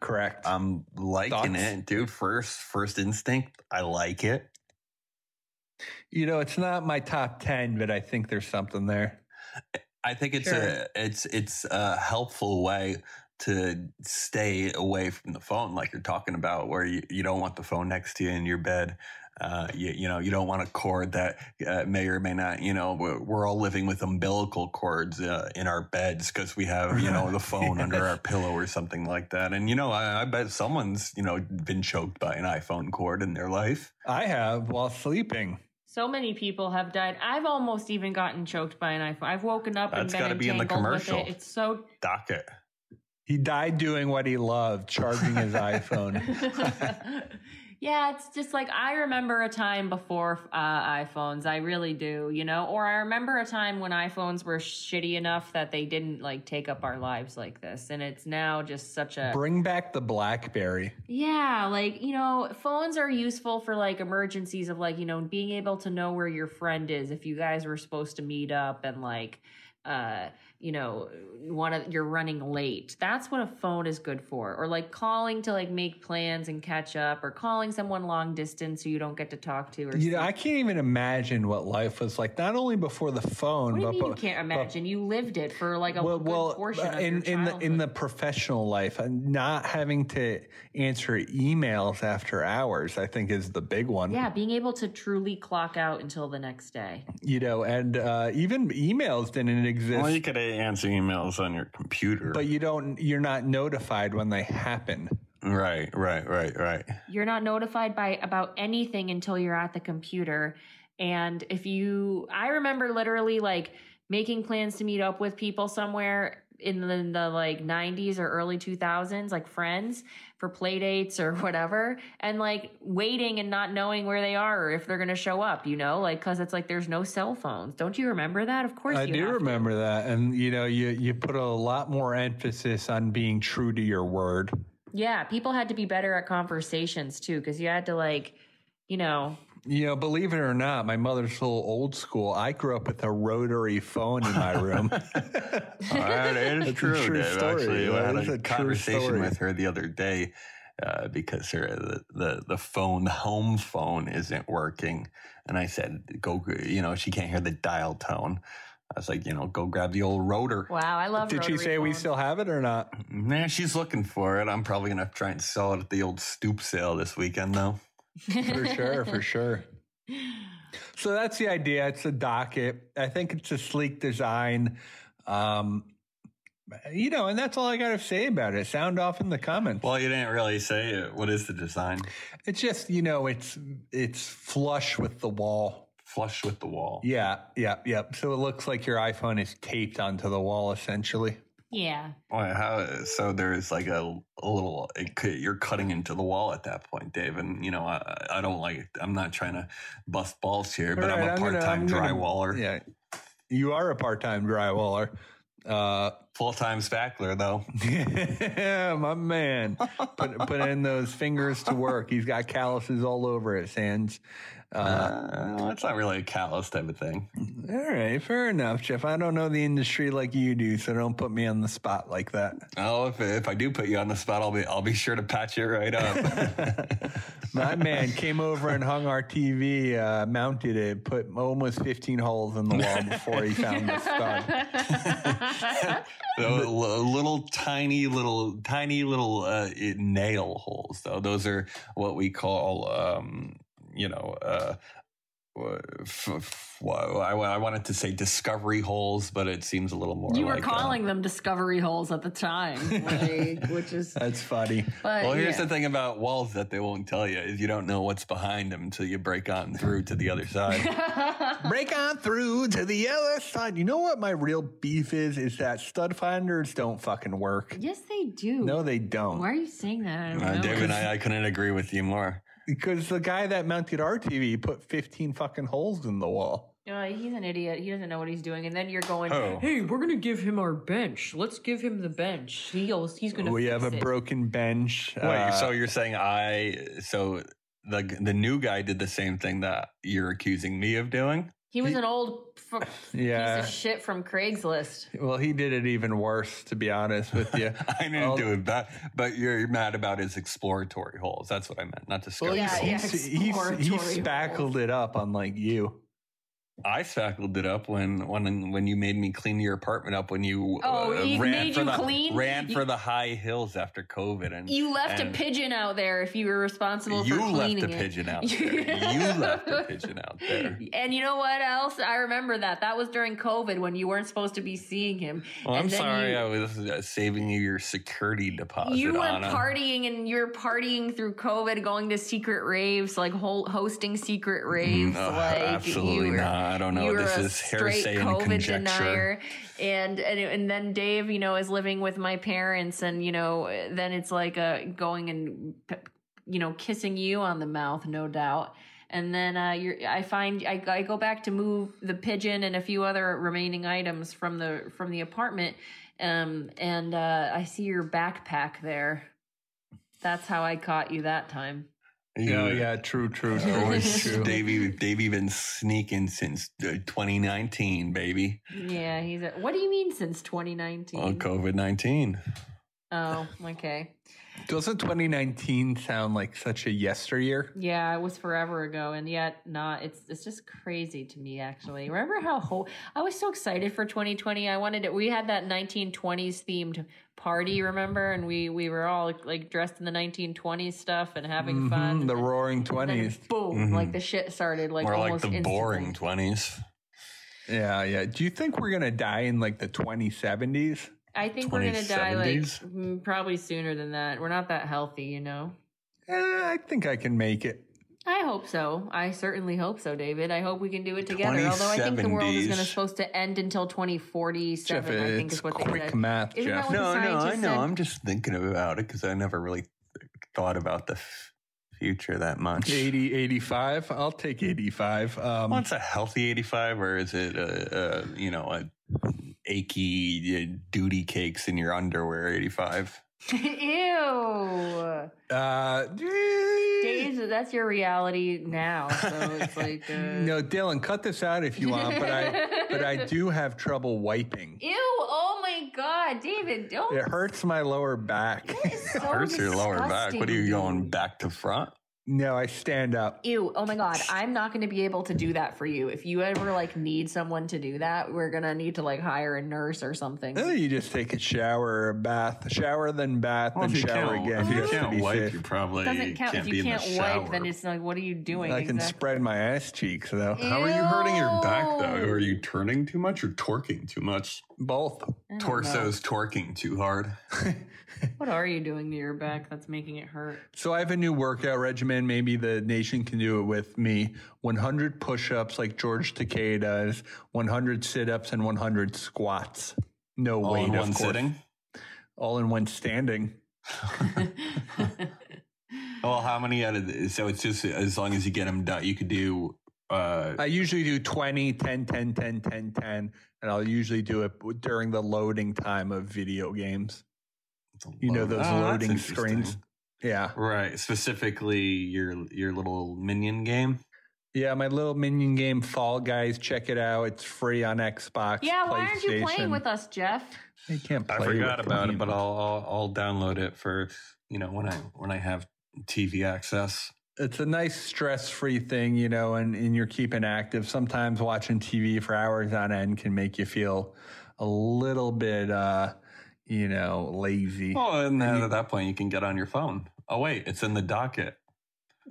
Speaker 3: Correct.
Speaker 4: I'm liking
Speaker 3: Thoughts?
Speaker 4: it, dude. First, first instinct, I like it.
Speaker 3: you know, it's not my top 10, but I think there's something there.
Speaker 4: I think it's
Speaker 5: Sure.
Speaker 4: a it's it's a helpful way to stay away from the phone, like you're talking about, where you, you don't want the phone next to you in your bed. Uh, you, you know, you don't want a cord that uh, may or may not, you know, we're, we're all living with umbilical cords uh, in our beds because we have, you know, the phone under our pillow or something like that. And, you know, I, I bet someone's, you know, been choked by an iPhone cord in their life.
Speaker 3: I have while sleeping.
Speaker 5: So many people have died. I've almost even gotten choked by an iPhone. I've woken up
Speaker 4: That's
Speaker 5: and
Speaker 4: gotta
Speaker 5: been
Speaker 4: be in the
Speaker 5: entangled with
Speaker 4: commercial.
Speaker 5: it. It's so
Speaker 4: Dock it.
Speaker 3: He died doing what he loved, charging his iPhone.
Speaker 5: yeah, it's just like I remember a time before uh, iPhones. I really do, you know. Or I remember a time when iPhones were shitty enough that they didn't like take up our lives like this, and it's now just such a
Speaker 3: Bring back the Blackberry.
Speaker 5: yeah, like, you know, phones are useful for like emergencies of like, you know, being able to know where your friend is if you guys were supposed to meet up and like uh, you know, one of you're running late. That's what a phone is good for. Or like calling to like make plans and catch up or calling someone long distance who you don't get to talk to or
Speaker 3: You know,
Speaker 5: see.
Speaker 3: I can't even imagine what life was like. Not only before the phone,
Speaker 5: What do you
Speaker 3: but,
Speaker 5: mean you
Speaker 3: but-
Speaker 5: can't imagine? you lived it for like a
Speaker 3: well,
Speaker 5: good
Speaker 3: well, uh,
Speaker 5: portion of
Speaker 3: in
Speaker 5: your
Speaker 3: in the in
Speaker 5: childhood.
Speaker 3: the professional life, and not having to answer emails after hours, I think, is the big one.
Speaker 5: yeah, being able to truly clock out until the next day.
Speaker 3: You know, and uh, even emails didn't exist,
Speaker 4: Well, you could answer emails on your computer.
Speaker 3: but you don't. You're not notified when they happen.
Speaker 4: right, right, right, right.
Speaker 5: You're not notified by about anything until you're at the computer. And if you, I remember literally like making plans to meet up with people somewhere in the, in the like 90s or early 2000s, like friends for play dates or whatever, and like waiting and not knowing where they are or if they're going to show up, you know, like, cause it's like there's no cell phones. Don't you remember that? Of course
Speaker 3: I
Speaker 5: you
Speaker 3: do
Speaker 5: have to.
Speaker 3: remember that, and you know, you you put a lot more emphasis on being true to your word.
Speaker 5: Yeah, people had to be better at conversations too, because you had to like, you know,
Speaker 3: you know, believe it or not, my mother's a little old school. I grew up with a rotary phone in my room.
Speaker 4: All right, it is
Speaker 3: That's a
Speaker 4: true.
Speaker 3: true
Speaker 4: Dave.
Speaker 3: story.
Speaker 4: Actually, I
Speaker 3: That
Speaker 4: had
Speaker 3: is
Speaker 4: a,
Speaker 3: a true
Speaker 4: conversation
Speaker 3: story.
Speaker 4: with her the other day uh, because her the, the the phone, the home phone, isn't working, and I said, "Go, gr- you know, she can't hear the dial tone." I was like, "You know, go grab the old rotor."
Speaker 5: Wow, I love.
Speaker 3: Did she
Speaker 5: rotary
Speaker 3: say we
Speaker 5: phones.
Speaker 3: still have it or not?
Speaker 4: Nah, she's looking for it. I'm probably gonna try and sell it at the old stoop sale this weekend, though.
Speaker 3: For sure, for sure. So that's the idea. It's a docket. I think it's a sleek design. Um, you know, and that's all I got to say about it. Sound off in the comments.
Speaker 4: Well, you didn't really say it. What is the design?
Speaker 3: It's just you know, it's it's flush with the wall.
Speaker 4: Flush with the wall.
Speaker 3: Yeah, yeah, yeah. So it looks like your iPhone is taped onto the wall, essentially.
Speaker 5: Yeah.
Speaker 4: Wait, how? uh, So there's like a, a little. It could, you're cutting into the wall at that point, Dave. And you know, I, I don't like. I'm not trying to bust balls here, but
Speaker 3: All
Speaker 4: I'm
Speaker 3: right,
Speaker 4: a
Speaker 3: gonna-
Speaker 4: part-time
Speaker 3: I'm gonna-
Speaker 4: drywaller,
Speaker 3: Yeah, you are a part-time drywaller. Uh,
Speaker 4: full-time spackler though.
Speaker 3: yeah, my man, put put in those fingers to work. He's got calluses all over his hands. Uh,
Speaker 4: Uh, it's not really a callous type of thing.
Speaker 3: Mm. all right, fair enough, Jeff. I don't know the industry like you do, so don't put me on the spot like that.
Speaker 4: Oh, if, if I do put you on the spot, I'll be I'll be sure to patch it right up.
Speaker 3: My man came over and hung our TV, uh, mounted it, put almost 15 holes in the wall before he found the stud.
Speaker 4: Those little tiny little tiny little uh, i- nail holes though those are what we call um you know uh wha- f- f- wha- I, wa- I wanted to say discovery holes, but it seems a little more.
Speaker 5: You were
Speaker 4: like, uh,
Speaker 5: calling them discovery holes at the time, like, which is.
Speaker 3: That's funny.
Speaker 5: But
Speaker 4: well, here's
Speaker 5: yeah.
Speaker 4: the thing about walls that they won't tell you is you don't know what's behind them until you break on through to the other side.
Speaker 3: Break on through to the other side. You know what my real beef is? Is that stud finders don't fucking work.
Speaker 5: yes, they do.
Speaker 3: No, they don't.
Speaker 5: Why are you saying that? I don't
Speaker 4: uh,
Speaker 5: know.
Speaker 4: David, I, I couldn't agree with you more.
Speaker 3: Because the guy that mounted our TV put 15 fucking holes in the wall.
Speaker 5: Uh, he's an idiot. He doesn't know what he's doing. And then you're going,
Speaker 4: Oh.
Speaker 5: "Hey, we're gonna give him our bench. Let's give him the bench. He's he's gonna."
Speaker 3: We
Speaker 5: fix
Speaker 3: have a
Speaker 5: it."
Speaker 3: broken bench.
Speaker 4: Wait,
Speaker 3: uh,
Speaker 4: so you're saying I so the the new guy did the same thing that you're accusing me of doing?
Speaker 5: He was an old f-
Speaker 3: Yeah.
Speaker 5: piece of shit from Craigslist.
Speaker 3: well, he did it even worse, to be honest with you.
Speaker 4: I didn't do it, but but you're, you're mad about his exploratory holes. That's what I meant, not discovery.
Speaker 5: yeah,
Speaker 4: holes.
Speaker 5: yeah.
Speaker 3: He's- he's- he
Speaker 5: exploratory
Speaker 3: spackled
Speaker 5: holes.
Speaker 3: it up, unlike you.
Speaker 4: I spackled it up when when when you made me clean your apartment up when you uh,
Speaker 5: Oh, he made
Speaker 4: for
Speaker 5: you
Speaker 4: the
Speaker 5: clean?
Speaker 4: ran
Speaker 5: You-
Speaker 4: for the high hills after COVID, and
Speaker 5: You left a
Speaker 4: and
Speaker 5: pigeon out there if you were responsible
Speaker 4: You
Speaker 5: for
Speaker 4: left
Speaker 5: cleaning
Speaker 4: a
Speaker 5: it.
Speaker 4: pigeon out there. you left a pigeon out there.
Speaker 5: And you know what else? I remember that. That was during COVID when you weren't supposed to be seeing him.
Speaker 4: Well,
Speaker 5: And
Speaker 4: I'm
Speaker 5: then
Speaker 4: sorry,
Speaker 5: you-
Speaker 4: I was uh, saving you your security deposit.
Speaker 5: you were
Speaker 4: on him.
Speaker 5: partying and you were partying through COVID, going to secret raves, like whole, hosting secret raves.
Speaker 4: uh,
Speaker 5: like
Speaker 4: absolutely
Speaker 5: you were,
Speaker 4: not. I don't know.
Speaker 5: you were
Speaker 4: Oh, This
Speaker 5: a
Speaker 4: is hearsay
Speaker 5: straight
Speaker 4: and conjecture.
Speaker 5: And, and and then Dave, you know, is living with my parents, and you know, then it's like uh, going and p- you know kissing you on the mouth, no doubt. And then uh, you're, I find I, I go back to move the pigeon and a few other remaining items from the from the apartment, um, and uh, I see your backpack there. That's how I caught you that time.
Speaker 3: Oh, yeah, true, true, true.
Speaker 4: Always
Speaker 3: true.
Speaker 4: Davey, Davey been sneaking since uh, 2019, baby.
Speaker 5: Yeah, he's. A, what do you mean since
Speaker 3: Hmm.
Speaker 5: 2019?
Speaker 4: Well, COVID 19.
Speaker 5: Oh, okay.
Speaker 3: Doesn't 2019 sound like such a yesteryear?
Speaker 5: Yeah, it was forever ago, and yet not. It's it's just crazy to me. Actually, remember how ho- I was so excited for 2020. I wanted it. We had that 1920s themed party, remember? And we we were all like dressed in the 1920s stuff and having fun.
Speaker 3: Mhm, the
Speaker 5: and
Speaker 3: Roaring
Speaker 5: then
Speaker 3: Twenties.
Speaker 5: boom!
Speaker 4: Mhm.
Speaker 5: Like the shit started like
Speaker 4: More like
Speaker 5: almost
Speaker 4: the
Speaker 5: instantly.
Speaker 4: boring 20s.
Speaker 3: Yeah, yeah. Do you think we're gonna die in like the 2070s?
Speaker 5: I think we're gonna die like
Speaker 4: 2070s?
Speaker 5: mm, probably sooner than that. We're not that healthy, you know.
Speaker 3: Eh, I think I can make it.
Speaker 5: I hope so. I certainly hope so, David. I hope we can do it together. Although I think the world is going to
Speaker 4: 2070s.
Speaker 5: supposed to end until
Speaker 3: Jeff,
Speaker 5: 2047. I think
Speaker 3: it's
Speaker 5: is what they
Speaker 3: quick
Speaker 5: said.
Speaker 3: math,
Speaker 5: Isn't
Speaker 3: Jeff.
Speaker 5: that what the
Speaker 4: No, no, I
Speaker 5: scientists
Speaker 4: know.
Speaker 5: said?
Speaker 4: I'm just thinking about it because I never really thought about the f- future that much.
Speaker 3: 80, 85. I'll take 85. Um,
Speaker 4: What's a healthy 85 or is it a, a you know, a achy uh, duty cakes in your underwear 85?
Speaker 5: Ew.
Speaker 3: Uh,
Speaker 5: Dave, that's your reality now. So it's like. Uh,
Speaker 3: no, Dylan, cut this out if you want, but I but I do have trouble wiping.
Speaker 5: Ew. Oh my God. David, don't.
Speaker 3: It hurts my lower back.
Speaker 5: That is so
Speaker 4: Hurts your lower back. What are you
Speaker 5: disgusting,
Speaker 4: going
Speaker 5: dude.
Speaker 4: back to front?
Speaker 3: No, I stand up.
Speaker 5: Ew. Oh my God. I'm not going to be able to do that for you. If you ever like need someone to do that, we're going to need to like hire a nurse or something.
Speaker 3: Eh, You just take a shower, a bath, shower then bath,
Speaker 4: Well,
Speaker 3: then
Speaker 4: if you
Speaker 3: shower
Speaker 4: can't,
Speaker 3: again.
Speaker 4: if you
Speaker 3: just to
Speaker 4: can't
Speaker 3: be
Speaker 4: wipe,
Speaker 3: safe.
Speaker 4: you probably
Speaker 5: doesn't count.
Speaker 4: can't
Speaker 5: if
Speaker 4: be
Speaker 5: you
Speaker 4: in the
Speaker 5: can't wipe, then
Speaker 4: shower.
Speaker 5: it's like, what are you doing?
Speaker 3: I can
Speaker 5: exactly?
Speaker 3: spread my ass cheeks though.
Speaker 5: Ew.
Speaker 4: How are you hurting your back though?
Speaker 5: Ew.
Speaker 4: Are you turning too much or torquing too much?
Speaker 3: Both.
Speaker 5: I don't know.
Speaker 4: Torso's torquing too hard.
Speaker 5: What are you doing to your back that's making it hurt?
Speaker 3: So I have a new workout regimen. Maybe the nation can do it with me. 100 push-ups like George Takei does, 100 sit-ups, and 100 squats. No
Speaker 4: All
Speaker 3: weight,
Speaker 4: in
Speaker 3: of
Speaker 4: one
Speaker 3: course.
Speaker 4: sitting.
Speaker 3: All in one standing.
Speaker 4: Well, how many out of the, so it's just as long as you get them done, you could do. Uh,
Speaker 3: I usually do 20, 10, 10, 10, 10, 10, and I'll usually do it during the loading time of video games. You know those
Speaker 4: Oh, that's
Speaker 3: loading screens?
Speaker 4: interesting.
Speaker 3: Yeah.
Speaker 4: right? Specifically, your your little minion game.
Speaker 3: Yeah, my little minion game Fall Guys, check it out. It's free on Xbox.
Speaker 5: yeah, why aren't you
Speaker 3: PlayStation.
Speaker 5: playing with us, Jeff?
Speaker 3: I can't play
Speaker 4: I forgot
Speaker 3: with
Speaker 4: about it,
Speaker 3: games.
Speaker 4: but I'll, I'll I'll download it for you know when I when I have TV access.
Speaker 3: it's a nice stress-free thing, you know, and, and you're keeping active. Sometimes watching TV for hours on end can make you feel a little bit uh, you know, lazy.
Speaker 4: Well, and then at that point, you can get on your phone. Oh wait, it's in the docket.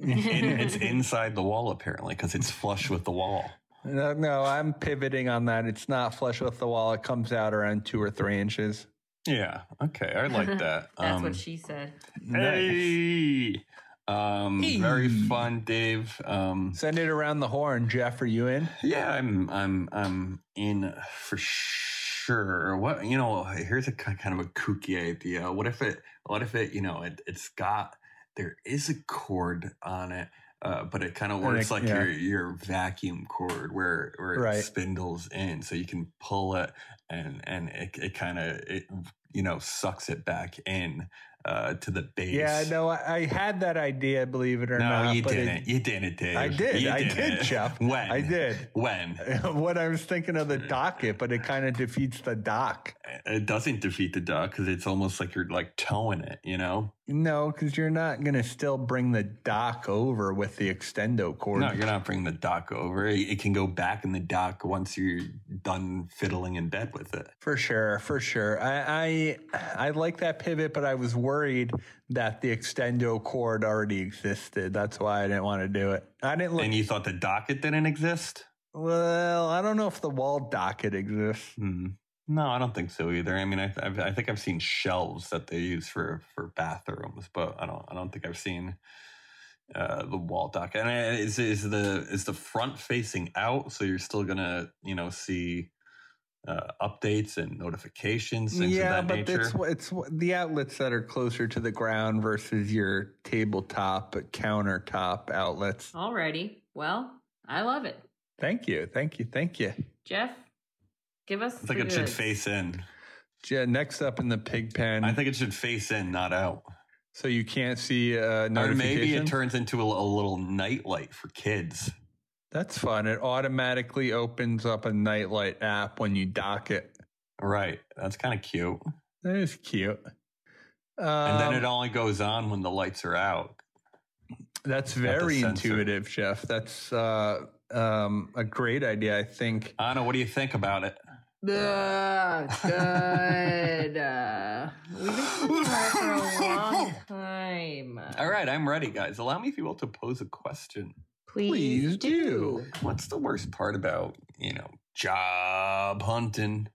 Speaker 4: In, it's inside the wall apparently because it's flush with the wall.
Speaker 3: No, no, I'm pivoting on that. It's not flush with the wall. It comes out around two or three inches.
Speaker 4: Yeah. Okay, I like that.
Speaker 5: That's
Speaker 4: Um,
Speaker 5: what she said.
Speaker 4: Hey. Um, very fun, Dave. Um,
Speaker 3: Send it around the horn, Jeff. Are you in?
Speaker 4: yeah, I'm, I'm, I'm in for sure. What you know? Here's a ki- kind of a kooky idea. What if it? What if it? You know, it, it's got there is a cord on it, uh, but it kind of works
Speaker 3: it-
Speaker 4: like
Speaker 3: yeah.
Speaker 4: your your vacuum cord, where where
Speaker 3: Right.
Speaker 4: it spindles in, so you can pull it, and and it, it kind of it you know sucks it back in uh, to the base.
Speaker 3: Yeah, no, I, I had that idea, believe it or
Speaker 4: no,
Speaker 3: not.
Speaker 4: you
Speaker 3: but it-
Speaker 4: didn't. you didn't, Dave.
Speaker 3: I did.
Speaker 4: You
Speaker 3: I did,
Speaker 4: it.
Speaker 3: Jeff.
Speaker 4: When?
Speaker 3: I did.
Speaker 4: When?
Speaker 3: what I was thinking of the docket, but it kind of defeats the dock.
Speaker 4: It doesn't defeat the duck because it's almost like you're like towing it, you know?
Speaker 3: No, because you're not going to still bring the dock over with the extendo cord.
Speaker 4: No, you're not bringing the dock over. It, it can go back in the dock once you're done fiddling in bed with it.
Speaker 3: For sure, for sure. I, I I like that pivot, but I was worried that the extendo cord already existed. That's why I didn't want to do it. I didn't look.
Speaker 4: And you thought the docket didn't exist?
Speaker 3: well, I don't know if the wall docket exists.
Speaker 4: Hmm. No, I don't think so either. I mean, I, I've, I think I've seen shelves that they use for for bathrooms, but I don't I don't think I've seen uh, the wall dock. And uh, is is the is the front facing out? So you're still gonna you know see uh, updates and notifications. Things
Speaker 3: yeah,
Speaker 4: of that
Speaker 3: but
Speaker 4: nature.
Speaker 3: it's what- it's what- the outlets that are closer to the ground versus your tabletop countertop outlets.
Speaker 5: Alrighty. Well, I love it.
Speaker 3: Thank you, thank you, thank you.
Speaker 5: Jeff, give us.
Speaker 4: I think
Speaker 5: the
Speaker 4: it should
Speaker 5: goods.
Speaker 4: face in.
Speaker 3: Yeah, next up in the pig pen,
Speaker 4: I think it should face in, not out.
Speaker 3: so you can't see uh,
Speaker 4: Or maybe it
Speaker 3: notifications.
Speaker 4: turns into a, a little nightlight for kids.
Speaker 3: That's fun. It automatically opens up a nightlight app when you dock it.
Speaker 4: Right, that's kind of cute.
Speaker 3: That is cute. Um,
Speaker 4: And then it only goes on when the lights are out.
Speaker 3: that's
Speaker 4: the
Speaker 3: very
Speaker 4: sensor.
Speaker 3: intuitive, Jeff. That's uh, um, a great idea, I think.
Speaker 4: Anna, what do you think about it?
Speaker 5: Ugh, good. Uh, we've been talking about it for a long time.
Speaker 4: All right, I'm ready, guys. Allow me, if you will, to pose a question.
Speaker 3: Please do.
Speaker 4: What's the worst part about, you know, job hunting?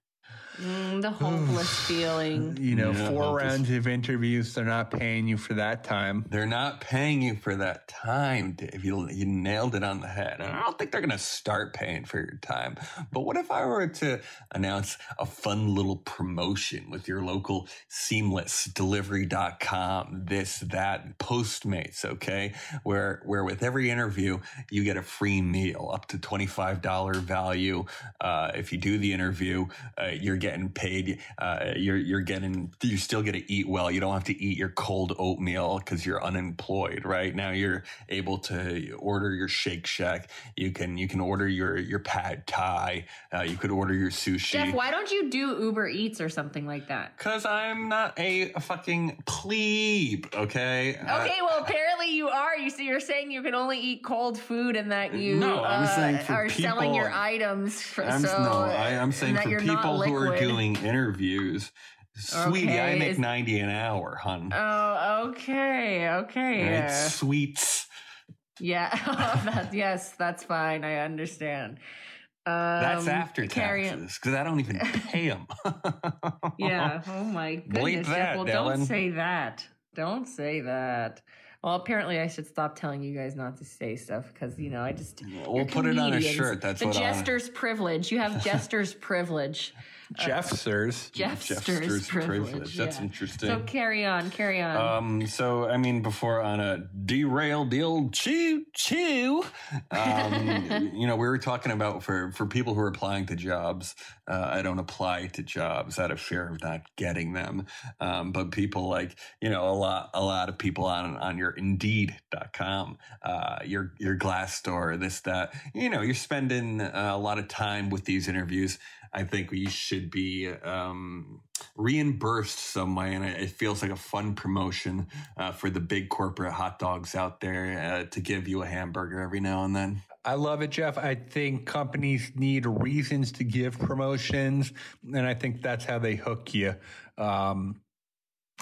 Speaker 5: Mm, the hopeless feeling.
Speaker 3: You know,
Speaker 4: Yeah,
Speaker 3: four
Speaker 4: I'll just-
Speaker 3: rounds of interviews, they're not paying you for that time.
Speaker 4: They're not paying you for that time, Dave. You, you nailed it on the head. And I don't think they're going to start paying for your time. But what if I were to announce a fun little promotion with your local seamless delivery.com, this, that, Postmates, okay? Where, where with every interview, you get a free meal up to $25 value. Uh, if you do the interview, uh, you're getting paid. Uh, you're you're getting you still get to eat well. You don't have to eat your cold oatmeal because you're unemployed. Right now, you're able to order your Shake Shack. You can you can order your your pad thai. Uh, you could order your sushi.
Speaker 5: Jeff, why don't you do Uber Eats or something like that?
Speaker 4: Cause I'm not a fucking plebe, okay?
Speaker 5: Okay, well, apparently you are. You see, you're saying you can only eat cold food, and that you
Speaker 4: No, I'm
Speaker 5: uh,
Speaker 4: saying for
Speaker 5: are selling
Speaker 4: people-
Speaker 5: your items. For,
Speaker 4: I'm,
Speaker 5: so
Speaker 4: no, I, I'm
Speaker 5: and
Speaker 4: saying
Speaker 5: that
Speaker 4: for
Speaker 5: you're not
Speaker 4: people who are
Speaker 5: liquid.
Speaker 4: doing interviews, sweetie, I
Speaker 5: Okay,
Speaker 4: make
Speaker 5: is-
Speaker 4: 90 an hour, hun.
Speaker 5: Oh, okay, okay,
Speaker 4: Right?
Speaker 5: yeah,
Speaker 4: Sweets.
Speaker 5: yeah. that, yes, that's fine. I understand. Um,
Speaker 4: That's after
Speaker 5: carry on.
Speaker 4: taxes because I don't even pay them.
Speaker 5: yeah. Oh my goodness. Jeff.
Speaker 4: that,
Speaker 5: well,
Speaker 4: Dylan.
Speaker 5: don't say that. Don't say that. Well, apparently I should stop telling you guys not to say stuff because you know I just
Speaker 4: We'll
Speaker 5: you're
Speaker 4: put it on a
Speaker 5: comedians.
Speaker 4: shirt, that's
Speaker 5: the
Speaker 4: what I-
Speaker 5: jester's privilege. You have jester's privilege.
Speaker 4: Jeffsters.
Speaker 5: Jester's, privilege.
Speaker 4: That's
Speaker 5: yeah.
Speaker 4: interesting.
Speaker 5: So carry on. Carry on.
Speaker 4: Um, so I mean, before on a derail deal, choo choo. Um, you know, we were talking about for for people who are applying to jobs. Uh, I don't apply to jobs out of fear of not getting them. Um, but people like you know a lot a lot of people on on your Indeed.com, uh, your your Glassdoor, this that. You know, you're spending uh, a lot of time with these interviews. I think we should be um, reimbursed some way, and it it feels like a fun promotion uh, for the big corporate hot dogs out there uh, to give you a hamburger every now and then.
Speaker 3: I love it, Jeff. I think companies need reasons to give promotions, and I think that's how they hook you. Um,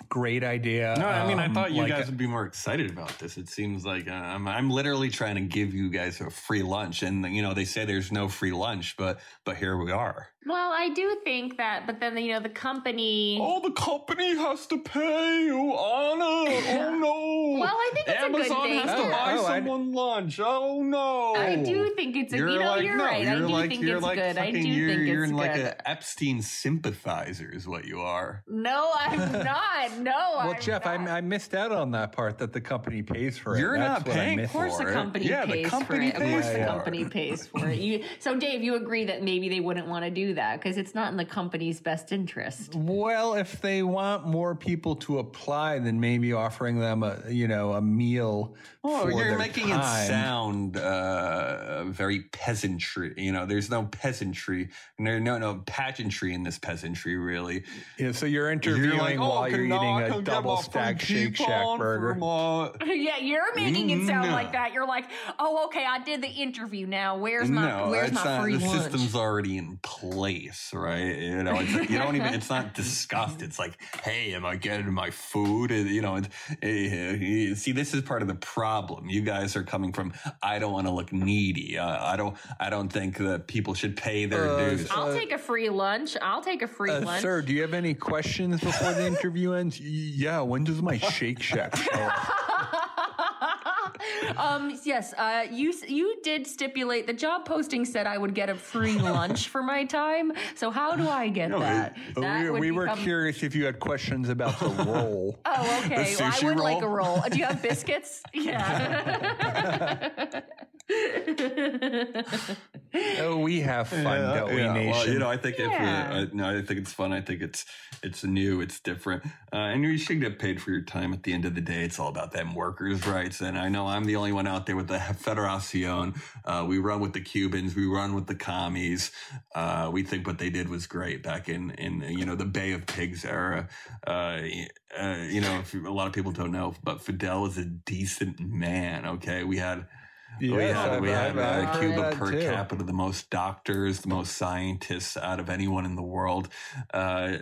Speaker 3: great idea.
Speaker 4: No, I mean, I
Speaker 3: Um,
Speaker 4: thought you
Speaker 3: like-
Speaker 4: guys would be more excited about this. It seems like uh, I'm, I'm literally trying to give you guys a free lunch, and you know they say there's no free lunch, but but here we are.
Speaker 5: well, I do think that, but then you know the company.
Speaker 4: Oh, the company has to pay you, Anna. Oh no.
Speaker 5: Well, I think it's a good
Speaker 4: Amazon
Speaker 5: thing.
Speaker 4: has to
Speaker 3: Oh,
Speaker 4: buy
Speaker 3: oh, I-
Speaker 4: someone lunch. Oh no.
Speaker 5: I do think it's a, you know you're right. I do think it's good. I do
Speaker 4: fucking- you're,
Speaker 5: think
Speaker 4: you're
Speaker 5: it's
Speaker 4: like
Speaker 5: good.
Speaker 4: a Epstein sympathizer is what you are.
Speaker 5: No, I'm not. No,
Speaker 3: Well,
Speaker 5: I'm
Speaker 3: Jeff, I,
Speaker 5: not.
Speaker 3: I missed out on that part that the company pays for it.
Speaker 4: You're
Speaker 3: That's
Speaker 4: not
Speaker 3: what I
Speaker 4: paying
Speaker 3: missed.
Speaker 5: Of course,
Speaker 4: for
Speaker 5: the
Speaker 4: it.
Speaker 5: company
Speaker 4: Yeah, the
Speaker 5: pays
Speaker 4: company
Speaker 5: for it. Of course,
Speaker 4: pays
Speaker 5: the
Speaker 4: for
Speaker 5: company
Speaker 4: it.
Speaker 5: pays for it. You, so, Dave, you agree that maybe they wouldn't want to do that because it's not in the company's best interest.
Speaker 3: Well, if they want more people to apply, then maybe offering them a you know a meal.
Speaker 4: Oh,
Speaker 3: for
Speaker 4: you're
Speaker 3: their
Speaker 4: making
Speaker 3: time.
Speaker 4: it sound uh, very peasantry. You know, there's no peasantry, no, no, no pageantry in this peasantry, really. oh,
Speaker 3: Yeah, so you're "Oh, interviewing while you're eating a double stack Shake Shack burger.
Speaker 5: yeah, you're making it sound
Speaker 4: No.
Speaker 5: like that. You're like, oh, okay, I did the interview. Now, where's my where's my
Speaker 4: it's not-
Speaker 5: free
Speaker 4: the
Speaker 5: lunch?
Speaker 4: system's already in place, right? You know, it's like, you don't even. It's not discussed. It's like, hey, am I getting my food? And, you know, it, eh, eh, see, this is part of the problem. You guys are coming from. I don't want to look needy. Uh, I don't. I don't think that people should pay their
Speaker 3: Uh,
Speaker 4: dues.
Speaker 5: I'll
Speaker 3: Uh,
Speaker 5: take a free lunch. I'll take a free
Speaker 3: Uh,
Speaker 5: lunch.
Speaker 3: sir, do you have any questions before the interview ends? Y- Yeah, when does my Shake Shack show up?
Speaker 5: um, yes, uh, you you did stipulate the job posting said I would get a free lunch for my time. So how do I get
Speaker 4: No, it-
Speaker 5: that?
Speaker 3: But
Speaker 5: That
Speaker 3: we
Speaker 5: would
Speaker 3: we were
Speaker 5: become-
Speaker 3: curious if you had questions about the role.
Speaker 5: Oh, okay.
Speaker 4: The
Speaker 5: Well, I
Speaker 4: sushi
Speaker 5: would like a
Speaker 4: roll?
Speaker 5: roll. Do you have biscuits? Yeah.
Speaker 3: oh, we have fun, don't we, Nation?
Speaker 4: Well, you know, I think
Speaker 5: Yeah.
Speaker 4: if uh, I, no, I think it's fun. I think it's it's new, it's different, uh, and you should get paid for your time. At the end of the day, it's all about them workers' rights. And I know I'm the only one out there with the Federacion. Uh, we run with the Cubans, we run with the commies. Uh, we think what they did was great back in in you know the Bay of Pigs era. Uh, uh, you know, if, a lot of people don't know, but Fidel is a decent man. Okay, we had. We
Speaker 3: Yes,
Speaker 4: had,
Speaker 3: I've-
Speaker 4: Oh, we had
Speaker 3: I've- I've
Speaker 4: uh,
Speaker 3: heard
Speaker 4: Cuba
Speaker 3: that
Speaker 4: per
Speaker 3: too.
Speaker 4: capita, the most doctors, the most scientists out of anyone in the world. Uh,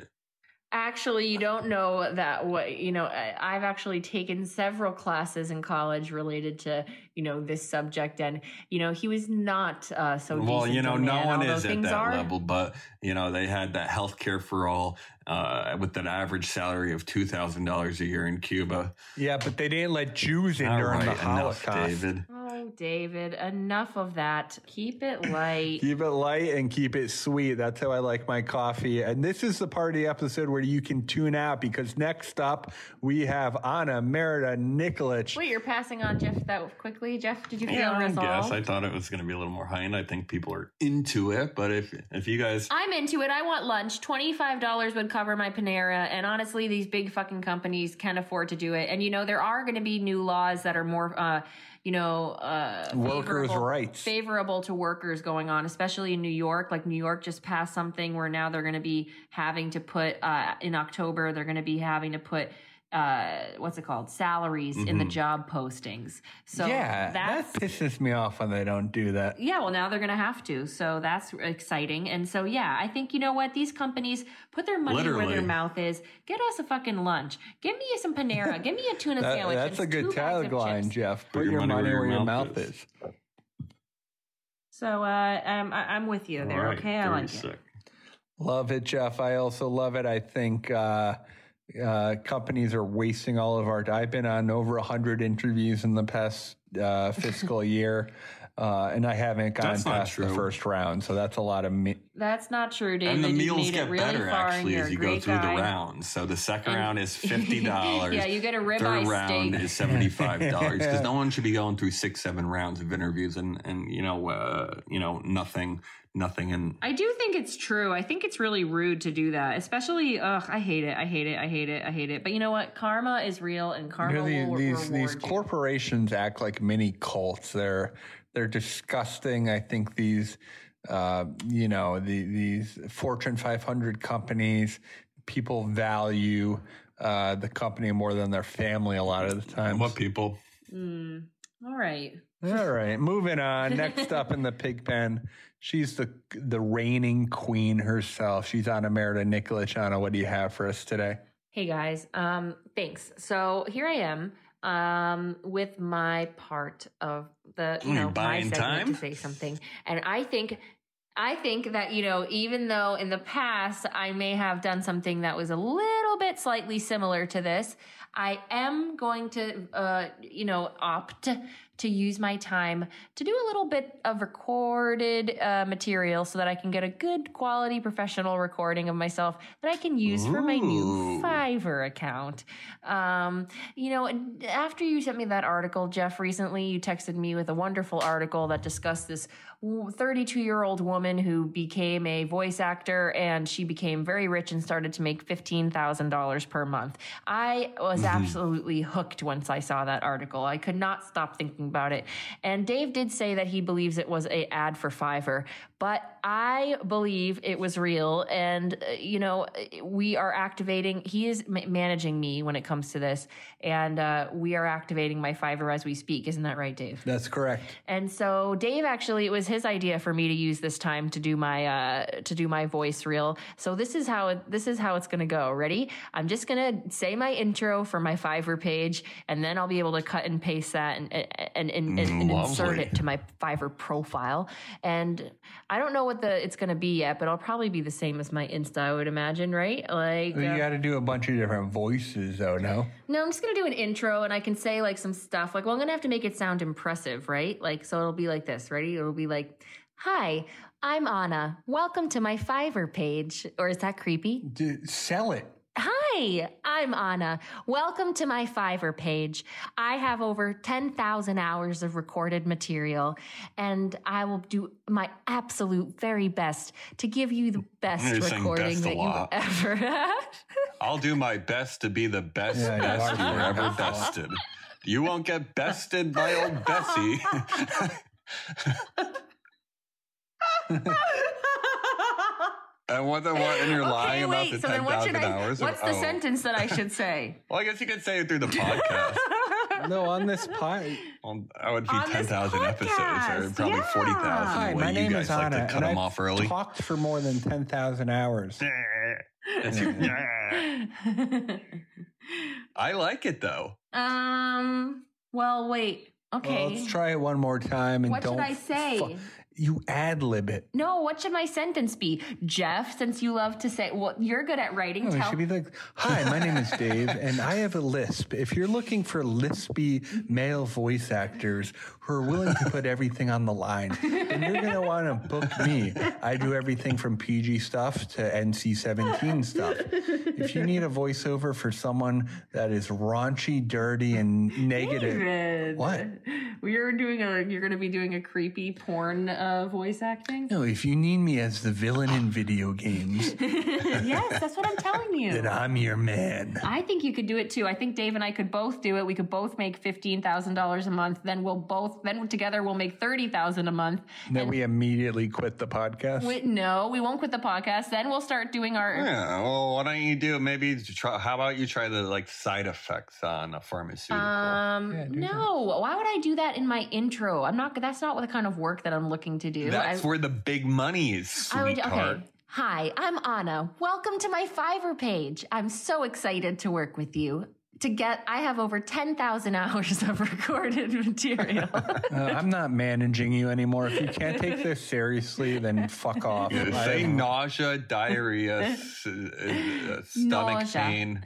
Speaker 5: Actually, you don't know that what you know. I- I've actually taken several classes in college related to you know this subject, and you know he was not uh, so.
Speaker 4: well,
Speaker 5: decent
Speaker 4: you know,
Speaker 5: a
Speaker 4: no
Speaker 5: man,
Speaker 4: one
Speaker 5: although
Speaker 4: is at
Speaker 5: things
Speaker 4: that
Speaker 5: are-
Speaker 4: level, but you know, they had that health care for all uh, with an average salary of two thousand dollars a year in Cuba.
Speaker 3: yeah, but they didn't let Jews in
Speaker 4: All
Speaker 3: during
Speaker 4: right,
Speaker 3: the
Speaker 4: enough,
Speaker 3: Holocaust.
Speaker 4: David.
Speaker 5: Oh Oh, David, enough of that. Keep it light.
Speaker 3: Keep it light and keep it sweet. That's how I like my coffee. And this is the part of the episode where you can tune out because next up we have Anna Merida Nikolic.
Speaker 5: Wait, you're passing on Jeff that quickly? Jeff, did you feel
Speaker 4: I
Speaker 5: resolved?
Speaker 4: guess I thought it was going to be a little more high end. I think people are into it, but if if you guys
Speaker 5: I'm into it. I want lunch. $25 would cover my Panera. And honestly, these big fucking companies can afford to do it. And, you know, there are going to be new laws that are more, uh, you know, uh,
Speaker 3: Workers'
Speaker 5: favorable-
Speaker 3: rights.
Speaker 5: Favorable to workers going on, especially in New York. Like, New York just passed something where now they're going to be having to put, uh, in October, they're going to be having to put, uh, what's it called? Salaries in the job postings. So
Speaker 3: Mm-hmm. yeah,
Speaker 5: that's
Speaker 3: that pisses me off when they don't do that.
Speaker 5: yeah, well, now they're going to have to. So that's exciting. And so, yeah, I think, you know what? These companies put their money where
Speaker 4: Literally.
Speaker 5: their mouth is. Get us a fucking lunch. Give me some Panera. Give me a tuna
Speaker 3: That-
Speaker 5: sandwich.
Speaker 3: that's
Speaker 5: and
Speaker 3: a good
Speaker 5: two bags of
Speaker 3: tagline,
Speaker 5: chips.
Speaker 3: Jeff. Put your money where your mouth is.
Speaker 5: So uh, um, I, I'm with you there.
Speaker 4: All right,
Speaker 5: okay. I like
Speaker 4: 36.
Speaker 5: it.
Speaker 3: Love it, Jeff. I also love it. I think uh, uh, companies are wasting all of our. I've been on over hundred interviews in the past uh, fiscal year, uh, and I haven't gotten
Speaker 4: That's not
Speaker 3: past the
Speaker 4: true.
Speaker 3: first round. So that's a lot of me.
Speaker 5: That's not true, David.
Speaker 4: And the
Speaker 5: You
Speaker 4: meals
Speaker 5: made
Speaker 4: get
Speaker 5: it really
Speaker 4: better
Speaker 5: far and
Speaker 4: actually
Speaker 5: you're
Speaker 4: as
Speaker 5: a
Speaker 4: you go
Speaker 5: great
Speaker 4: through
Speaker 5: guy.
Speaker 4: the rounds. So the second
Speaker 5: And-
Speaker 4: round is fifty dollars.
Speaker 5: Yeah, you get a ribeye
Speaker 4: Third
Speaker 5: steak.
Speaker 4: round is seventy five dollars because no one should be going through six seven rounds of interviews and and you know uh, you know nothing nothing and
Speaker 5: I do think it's true. I think it's really rude to do that, especially. Ugh, I hate it. I hate it. I hate it. I hate it. But you know what? Karma is real, and
Speaker 3: You
Speaker 5: karma
Speaker 3: know, these
Speaker 5: will
Speaker 3: these,
Speaker 5: reward
Speaker 3: these
Speaker 5: you.
Speaker 3: corporations act like mini cults. They're they're disgusting. I think these uh, you know the, these Fortune 500 companies people value uh, the company more than their family a lot of the time.
Speaker 4: what people.
Speaker 5: Mm. All right.
Speaker 3: All right, moving on. Next up in the pig pen, she's the the reigning queen herself. She's Anna Merida Nikolic. Anna, what do you have for us today?
Speaker 5: Hey guys, um, thanks. So here I am um, with my part of the you
Speaker 4: Mm,
Speaker 5: know my
Speaker 4: buying
Speaker 5: segment
Speaker 4: time?
Speaker 5: to say something, and I think. I think that, you know, even though in the past I may have done something that was a little bit slightly similar to this, I am going to, uh, you know, opt to use my time to do a little bit of recorded uh, material so that I can get a good quality professional recording of myself that I can use for my new
Speaker 4: Ooh.
Speaker 5: Fiverr account. Um, you know, and after you sent me that article, Jeff, recently, you texted me with a wonderful article that discussed this 32 year old woman who became a voice actor and she became very rich and started to make $15,000 per month. I was absolutely hooked once I saw that article. I could not stop thinking about it. And Dave did say that he believes it was a ad for Fiverr, but I believe it was real. And, uh, you know, we are activating, he is ma- managing me when it comes to this. And uh, we are activating my Fiverr as we speak. Isn't that right, Dave?
Speaker 3: That's correct.
Speaker 5: And so Dave actually it was his idea for me to use this time to do my uh to do my voice reel. So this is how it, this is how it's going to go. Ready? I'm just going to say my intro for my Fiverr page and then I'll be able to cut and paste that and and and, and, and insert
Speaker 4: Lovely.
Speaker 5: it to my Fiverr profile. And I don't know what the it's going to be yet, but I'll probably be the same as my Insta, I would imagine, right? Like
Speaker 3: You
Speaker 5: uh,
Speaker 3: got to do a bunch of different voices, though. No.
Speaker 5: no, I'm just gonna do an intro and I can say like some stuff. Like, well, I'm gonna have to make it sound impressive, right? Like, so it'll be like this. Ready? It'll be like, "Hi, I'm Anna. Welcome to my Fiverr page." Or is that creepy?
Speaker 3: Dude, sell it.
Speaker 5: Hi, I'm Anna. Welcome to my Fiverr page. I have over 10,000 hours of recorded material, and I will do my absolute very best to give you the best
Speaker 4: You're saying
Speaker 5: recording
Speaker 4: best a
Speaker 5: that you've
Speaker 4: lot.
Speaker 5: ever had.
Speaker 4: I'll do my best to be the best
Speaker 3: Yeah, you
Speaker 4: best
Speaker 3: are
Speaker 4: you were
Speaker 3: doing
Speaker 4: ever
Speaker 3: that.
Speaker 4: bested. You won't get bested by old Bessie. and what the what? And you're lying about the
Speaker 5: so then
Speaker 4: ten
Speaker 5: what
Speaker 4: thousand
Speaker 5: should I-
Speaker 4: hours. of-
Speaker 5: What's the
Speaker 4: oh.
Speaker 5: sentence that I should say?
Speaker 4: Well, I guess you could say it through the podcast.
Speaker 3: No, on this pie.
Speaker 4: well, that would be
Speaker 5: On
Speaker 4: ten
Speaker 5: this
Speaker 4: thousand episodes, or
Speaker 5: podcast,
Speaker 4: probably
Speaker 5: yeah.
Speaker 4: forty thousand.
Speaker 3: Hi,
Speaker 4: the way
Speaker 3: my
Speaker 4: you
Speaker 3: name
Speaker 4: guys
Speaker 3: is
Speaker 4: like
Speaker 3: Anna.
Speaker 4: to cut
Speaker 3: and
Speaker 4: them
Speaker 3: I've
Speaker 4: off early.
Speaker 3: Talked for more than ten thousand hours.
Speaker 4: I like it though.
Speaker 5: um. Well, wait. Okay.
Speaker 3: Well, let's try it one more time and
Speaker 5: what
Speaker 3: don't.
Speaker 5: should I say?
Speaker 3: fu- You ad lib it.
Speaker 5: No, what should my sentence be? Jeff, since you love to say, well, you're good at writing,
Speaker 3: No, it
Speaker 5: tell
Speaker 3: Oh, should be like, "Hi, my name is Dave, and I have a lisp. If you're looking for lispy male voice actors who are willing to put everything on the line, then you're going to want to book me. I do everything from PG stuff to NC-17 stuff. If you need a voiceover for someone that is raunchy, dirty, and negative,
Speaker 5: David.
Speaker 3: what?
Speaker 5: We're doing a. You're going to be doing a creepy porn uh, voice acting.
Speaker 3: No, if you need me as the villain in video games,
Speaker 5: yes, that's what I'm telling you.
Speaker 3: then I'm your man.
Speaker 5: I think you could do it too. I think Dave and I could both do it. We could both make fifteen thousand dollars a month. Then we'll both. Then together we'll make thirty thousand a month.
Speaker 3: Then we immediately quit the podcast.
Speaker 5: Wait, no, we won't quit the podcast. Then we'll start doing our.
Speaker 4: Yeah, well, why don't you do maybe try? How about you try the like side effects on a pharmaceutical?
Speaker 5: Um, no, why would I do that in my intro? I'm not. That's not the kind of work that I'm looking to do.
Speaker 4: That's
Speaker 5: I,
Speaker 4: where the big money is,
Speaker 5: I would-
Speaker 4: sweetheart.
Speaker 5: okay. Hi, I'm Anna. Welcome to my Fiverr page. I'm so excited to work with you. To get, I have over 10,000 hours of recorded material.
Speaker 3: Uh, I'm not managing you anymore. If you can't take this seriously, then fuck off.
Speaker 4: Yeah,
Speaker 3: I-
Speaker 4: Say nausea, diarrhea, s- uh, stomach
Speaker 5: Nausea.
Speaker 4: pain.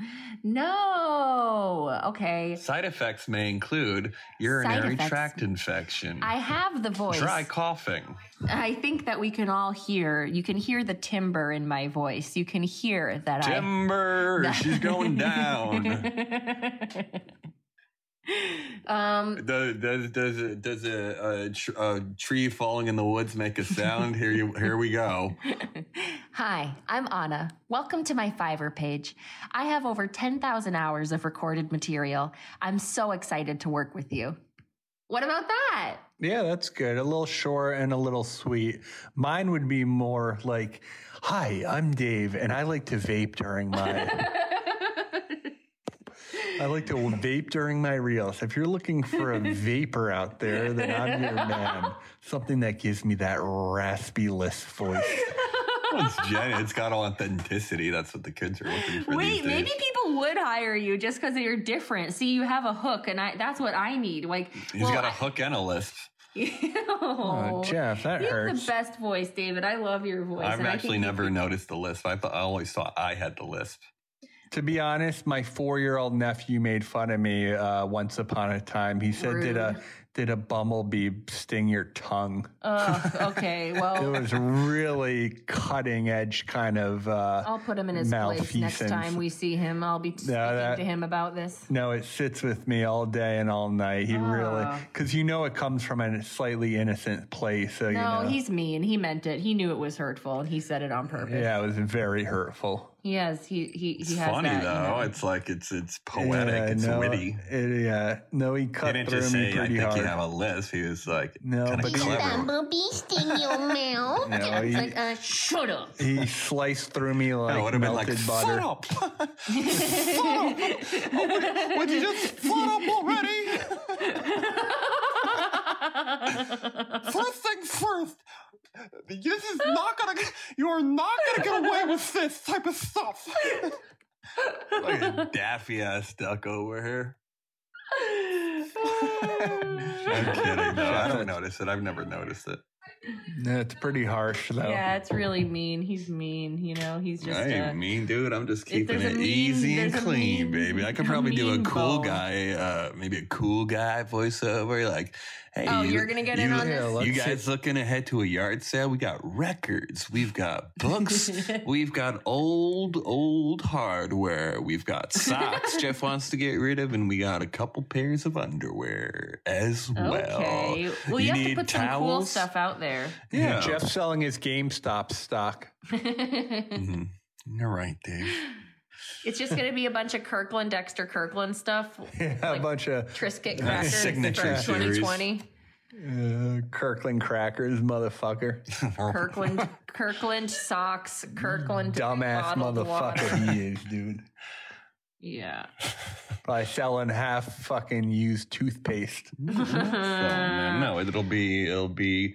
Speaker 5: no. Okay.
Speaker 4: Side effects may include
Speaker 5: Side
Speaker 4: urinary
Speaker 5: effects.
Speaker 4: tract infection,
Speaker 5: I have the voice.
Speaker 4: dry coughing.
Speaker 5: I think that we can all hear. You can hear the timbre in my voice. You can hear that I.
Speaker 4: Timber, she's going down.
Speaker 5: um,
Speaker 4: Does does does a, does a, a, tr- a tree falling in the woods make a sound? Here you here we go.
Speaker 5: hi, I'm Anna. Welcome to my Fiverr page. I have over 10,000 hours of recorded material. I'm so excited to work with you. What about that?
Speaker 3: yeah, that's good. A little short and a little sweet. Mine would be more like, "Hi, I'm Dave, and I like to vape during my." I like to vape during my reels. If you're looking for a vapor out there, then I'm your man. Something that gives me that raspy, less voice.
Speaker 4: Well, it's Jen. It's got authenticity. That's what the kids are looking for. these
Speaker 5: Wait,
Speaker 4: days.
Speaker 5: maybe people would hire you just because you're different. See, you have a hook, and I, that's what I need. Like,
Speaker 4: he's got a hook and a lisp.
Speaker 3: Oh, Jeff, that
Speaker 5: you have
Speaker 3: hurts.
Speaker 5: the best voice, David. I love your voice.
Speaker 4: I've
Speaker 5: and I
Speaker 4: actually
Speaker 5: think-
Speaker 4: never noticed the lisp. I, thought, I always thought I had the lisp.
Speaker 3: To be honest, my four-year-old nephew made fun of me uh, once upon a time. He said, "Did a did a bumblebee sting your tongue?"
Speaker 5: Ugh, okay,
Speaker 3: It
Speaker 5: well,
Speaker 3: was really cutting edge kind of. Uh,
Speaker 5: I'll put him in his place next
Speaker 3: Malfeasance.
Speaker 5: time we see him. I'll be speaking
Speaker 3: that-
Speaker 5: to him about this.
Speaker 3: no, it sits with me all day and all night. He really,
Speaker 5: Ah.
Speaker 3: because you know it comes from a slightly innocent place. So you
Speaker 5: No,
Speaker 3: know,
Speaker 5: he's mean. He meant it. He knew it was hurtful, and he said it on purpose.
Speaker 3: yeah, it was very hurtful.
Speaker 5: Yes, he he he
Speaker 4: It's
Speaker 5: has
Speaker 4: funny
Speaker 5: that, you
Speaker 4: though.
Speaker 5: know.
Speaker 4: It's like it's it's poetic.
Speaker 3: Yeah,
Speaker 4: it's
Speaker 3: no,
Speaker 4: witty.
Speaker 3: It, yeah, no, he
Speaker 4: He
Speaker 3: cut
Speaker 4: didn't
Speaker 3: through
Speaker 4: just
Speaker 3: me
Speaker 4: say, "I
Speaker 3: pretty
Speaker 4: think
Speaker 3: hard.
Speaker 4: you have a lisp." He was like,
Speaker 3: No,
Speaker 4: kind
Speaker 3: but
Speaker 4: of
Speaker 3: he-
Speaker 4: clever.
Speaker 8: Bumblebee sting your mouth.
Speaker 3: no, he,
Speaker 5: like, uh, shut up.
Speaker 3: he sliced through me like
Speaker 4: I would have been
Speaker 3: melted
Speaker 4: like,
Speaker 3: butter.
Speaker 4: "Shut up! Shut up! Oh, would you just shut up already? first things first. This is not gonna. You are not gonna get away with this type of stuff." like a daffy ass duck over here.
Speaker 5: Oh,
Speaker 4: I'm kidding. No, I don't notice it. I've never noticed it.
Speaker 3: Yeah, it's pretty harsh though.
Speaker 5: Yeah, it's really mean. He's mean. You know, he's just.
Speaker 4: I ain't
Speaker 5: uh,
Speaker 4: mean, dude. I'm just keeping
Speaker 5: there's a
Speaker 4: it
Speaker 5: mean-
Speaker 4: easy and
Speaker 5: there's a mean-
Speaker 4: clean, baby. I could
Speaker 5: a
Speaker 4: probably do a
Speaker 5: mean
Speaker 4: cool
Speaker 5: bone.
Speaker 4: guy, uh, maybe a cool guy voiceover. Like, hey,
Speaker 5: Oh,
Speaker 4: you,
Speaker 5: you're gonna get in
Speaker 4: you-
Speaker 5: on
Speaker 3: Yeah,
Speaker 5: this.
Speaker 3: let's
Speaker 4: you guys looking ahead to a yard sale? We got records. We've got books. we've got old, old hardware. We've got socks Jeff wants to get rid of, and we got a couple pairs of underwear as well.
Speaker 5: okay. Well, you, have to
Speaker 4: need
Speaker 5: put some cool
Speaker 4: towels?
Speaker 5: stuff out there.
Speaker 4: Yeah.
Speaker 3: Jeff's selling his GameStop stock.
Speaker 4: Mhm. You're right, Dave.
Speaker 5: It's just gonna be a bunch of Kirkland, Dexter Kirkland stuff.
Speaker 3: Yeah, a bunch of
Speaker 5: Trisket crackers
Speaker 4: signature
Speaker 5: from
Speaker 4: series.
Speaker 5: 2020.
Speaker 3: uh, Kirkland crackers, motherfucker.
Speaker 5: Kirkland, Kirkland socks, Kirkland
Speaker 3: Dumbass
Speaker 5: bottled water.
Speaker 3: motherfucker he is, dude.
Speaker 5: Yeah.
Speaker 3: By selling half fucking used toothpaste.
Speaker 4: So, no, no, it'll be it'll be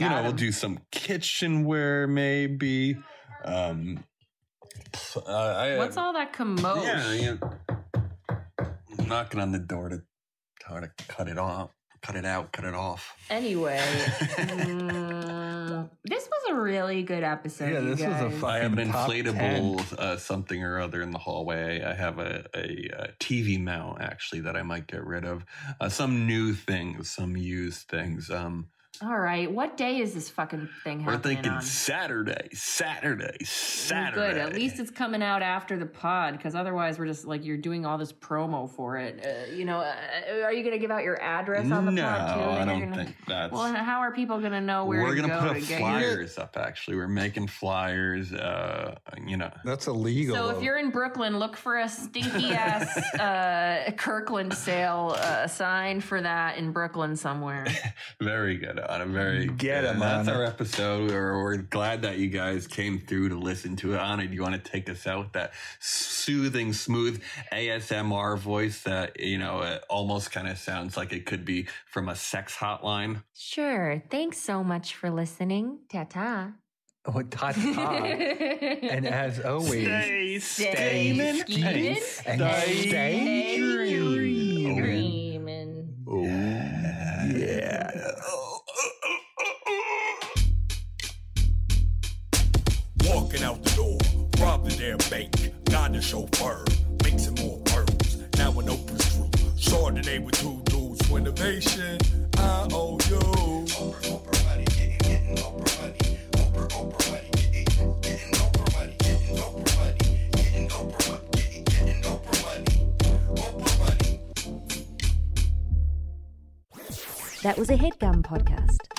Speaker 4: you know, we'll do some kitchenware maybe. Um p- uh, I,
Speaker 5: What's all that commotion?
Speaker 4: yeah, yeah. knocking on the door to try to cut it off. Cut it out. Cut it off.
Speaker 5: Anyway, mm, this was a really good episode.
Speaker 3: Yeah,
Speaker 5: you
Speaker 3: this was a
Speaker 5: guys.
Speaker 3: fu-
Speaker 4: I have
Speaker 3: Fucking
Speaker 4: an
Speaker 3: top
Speaker 4: inflatable uh, something or other in the hallway. I have a, a, uh TV mount actually that I might get rid of. Uh, some new things, some used things. Um,
Speaker 5: All right, what day is this fucking thing
Speaker 4: we're
Speaker 5: happening
Speaker 4: thinking
Speaker 5: on?
Speaker 4: Saturday, Saturday, Saturday.
Speaker 5: Good. At least it's coming out after the pod, because otherwise we're just like you're doing all this promo for it. Uh, you know, uh, are you going to give out your address on the
Speaker 4: no,
Speaker 5: pod too?
Speaker 4: I
Speaker 5: Then you're
Speaker 4: don't
Speaker 5: gonna-
Speaker 4: think that's.
Speaker 5: Well, and how are people going to know where
Speaker 4: we're
Speaker 5: to
Speaker 4: gonna
Speaker 5: go
Speaker 4: put
Speaker 5: to
Speaker 4: up
Speaker 5: get your?
Speaker 4: flyers up. Actually, we're making flyers. Uh, you know,
Speaker 6: That's illegal.
Speaker 5: So if you're in Brooklyn, look for a stinky ass uh, Kirkland sale uh, sign for that in Brooklyn somewhere.
Speaker 4: Very good, Adam. Very
Speaker 3: Get
Speaker 4: good.
Speaker 3: 'em,
Speaker 4: That's
Speaker 3: Anna.
Speaker 4: our episode. We're, we're glad that you guys came through to listen to it. Anna, do you want to take us out with that soothing, smooth ASMR voice that you know it almost kind of sounds like it could be from a sex hotline?
Speaker 5: Sure. Thanks so much for listening. Ta ta.
Speaker 3: Oh, ta ta. and as always,
Speaker 7: Stay
Speaker 5: Stay scheming
Speaker 3: and
Speaker 5: and
Speaker 3: stay
Speaker 5: stay
Speaker 3: dreaming.
Speaker 5: dreaming.
Speaker 4: Oh,
Speaker 3: Yeah.
Speaker 2: Walking out the door, robbing their bank, got the chauffeur, mixing more pearls. Now an open screw, Chardonnay with two dudes for innovation. I owe you.
Speaker 1: That was a headgum podcast.